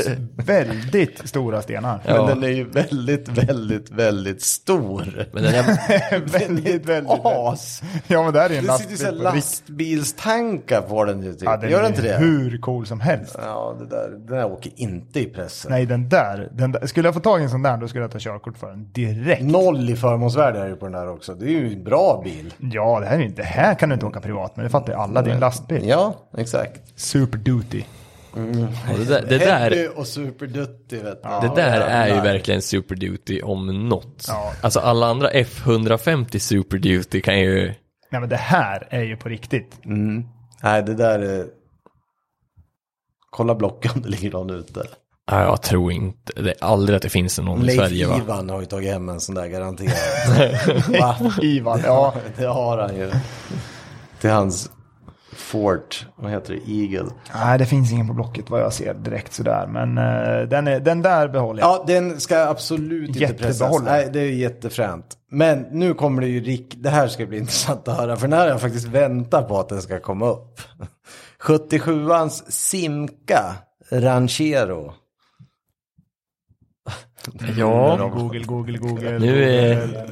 väldigt stora stenar.
Men
Ja.
den är ju väldigt, väldigt, väldigt stor.
Men den är,
väldigt, väldigt.
As!
Ja, men där är en
Det sitter ju så här
lastbil. på rikt-
lastbilstankar på den ju typ.
Ja, den
Gör
är
den inte det?
Hur cool som helst.
Ja, det där, den där åker inte i pressen.
Nej, den där, den där. Skulle jag få tag i en sån där, då skulle jag ta körkort för den direkt.
Noll i förmånsvärde är det på den här också. Det är ju en bra bil.
Ja, det här, är inte, det här kan du inte åka privat med. Det fattar ju alla. Det är en lastbil.
Ja, exakt.
Super duty.
och det där, det där
Heavy och superdutti vet du.
Det där är ju verkligen Super Duty om något.
Ja.
Alltså alla andra F150 Super Duty kan ju...
Nej, men det här är ju på riktigt.
Mm. Nej, det där är... Kolla blocken om det ligger någon ute.
Nej, jag tror inte. Det är aldrig att det finns någon i
Leif
Sverige va?
Ivan har ju tagit hem en sån där garanterat. Va?
Ivan, ja.
Det har han ju. Till hans Fort, vad heter det, Eagle.
Nej, det finns ingen på Blocket vad jag ser direkt sådär. Men eh, den, är, den där behåller jag.
Ja, den ska absolut inte pressas.
Jättebehållare.
Nej, det är jättefränt. Men nu kommer det ju rik... Det här ska bli intressant att höra, för den här har jag faktiskt väntat på att den ska komma upp. 77ans Simka Ranchero.
Ja.
Google, Google, Google.
Nu är...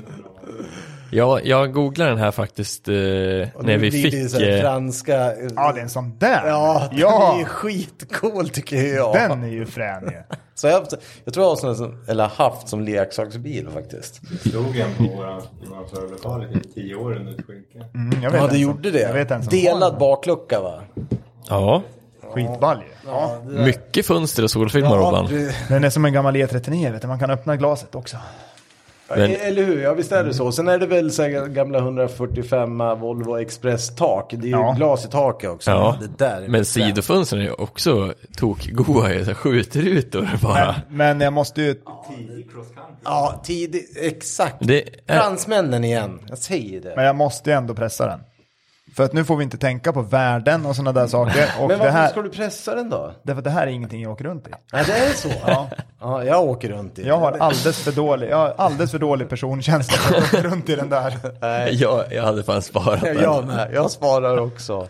Ja, jag googlade den här faktiskt eh, när
Nu
vi
blir
fick...
Det ju så här
eh,
franska...
Ja, det är en sån där.
Ja, den är
ja
ju skitcool tycker jag.
den är ju frän ju.
Så jag, jag tror jag har sån, som- eller haft som leksaksbil faktiskt.
Det stod en på våran vår förlokal i typ tio år under ett skynke.
Mm, jag
Ja,
vet en
det
som-
gjorde det.
Jag vet en som har
Delad
en
baklucka va?
ja,
sån. Skitball ju. Ja.
mycket fönster och solfilm Robban.
det-
Den är som en gammal E39, vet du. Man kan öppna glaset också.
Men-
Eh, Eller hur, ja visst är det så. Sen är det väl så här gamla 145 Volvo Express tak. Det är ju
Ja.
glas i taket också.
Ja.
Det där är
Men sidofönstren är ju också tokgoa ju. så här Skjutrutor bara.
Men jag måste ju...
Tidig cross country.
Ja, tidigt, exakt.
Det är...
Fransmännen igen, jag säger det.
Men jag måste ju ändå pressa den. För att nu får vi inte tänka på värden och sådana där saker. Och
Men
det
varför
här...
ska du pressa den då?
Därför att det här är ingenting jag åker runt i.
Ja, det är så. ja. ja, jag åker runt i
Jag har alldeles för dålig, jag har alldeles för dålig personkänsla för att åka runt i den där.
Jag, jag hade fan sparat den.
Jag med, jag sparar också.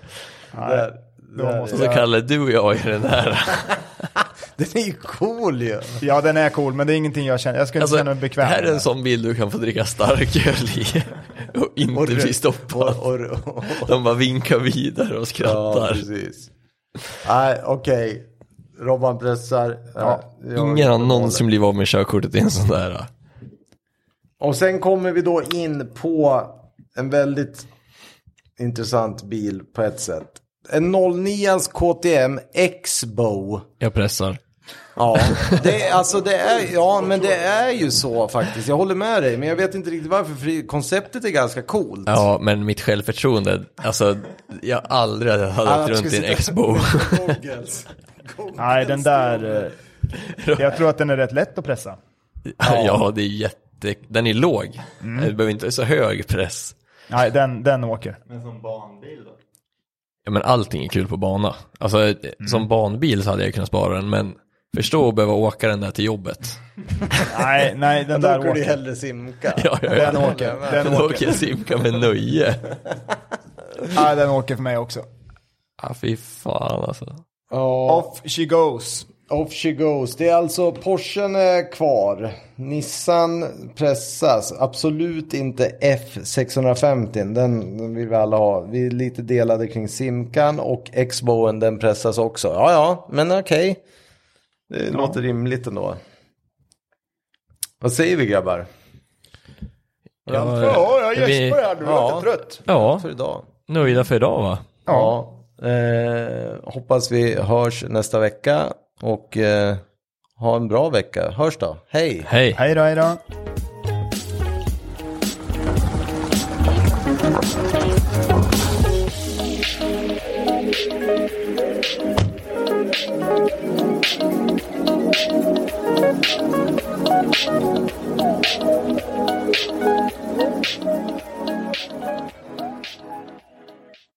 Där, där.
måste-
Och så kallar du och jag i den här.
Den är ju cool ju.
Ja, den är cool, men det är ingenting jag känner. Jag skulle inte
Alltså,
känna mig bekväm.
det här är en
med.
sån bil du kan få dricka starköl i och inte bli stoppad.
Och, och, och,
De bara vinkar vidare och
ja,
skrattar.
precis. Nej, okej. Robban pressar. Ja, jag-
Ingen har någonsin blivit av med körkortet i en sån där.
Och sen kommer vi då in på en väldigt intressant bil på ett sätt. En 09 KTM X-Bow.
Jag pressar.
Ja, det, är- alltså det är, ja, men det är ju så faktiskt. Jag håller med dig, men jag vet inte riktigt varför. För konceptet är ganska coolt.
Ja, men mitt självförtroende, alltså jag aldrig hade åkt runt i en expo.
Goggles. Goggles.
Nej, den där... eh, Jag tror att den är rätt lätt att pressa.
ja, det är jätte, den är låg.
Mm.
Du behöver inte så hög press.
Nej, den, den åker.
Men som banbil då?
Ja, men allting är kul på bana. Alltså eh,
Mm.
som banbil så hade jag kunnat spara den, men förstå att behöva åka den där till jobbet.
Nej, nej, den
Då
där
åker du
åker.
hellre simka.
Ja, ja,
Den
ja.
åker. Den
Då
åker.
åker jag simka med nöje.
Nej, den åker för mig också.
Ja, fy fan alltså.
Ja.
Off she goes.
Off she goes. Det är alltså Porschen är kvar. Nissan pressas. Absolut inte F650. Den, den vill vi alla ha. Vi är lite delade kring Simkan och Xboen den pressas också. Ja, ja, men okej. Det låter rimligt ändå. Vad säger vi grabbar?
Ja, eh, vi-
här nu. Jag är lite trött.
Ja,
För idag.
nöjda för idag va?
Ja. Eh, hoppas vi hörs nästa vecka. Och eh, ha en bra vecka. Hörs då. Hej.
Hej.
Hej då, hej då.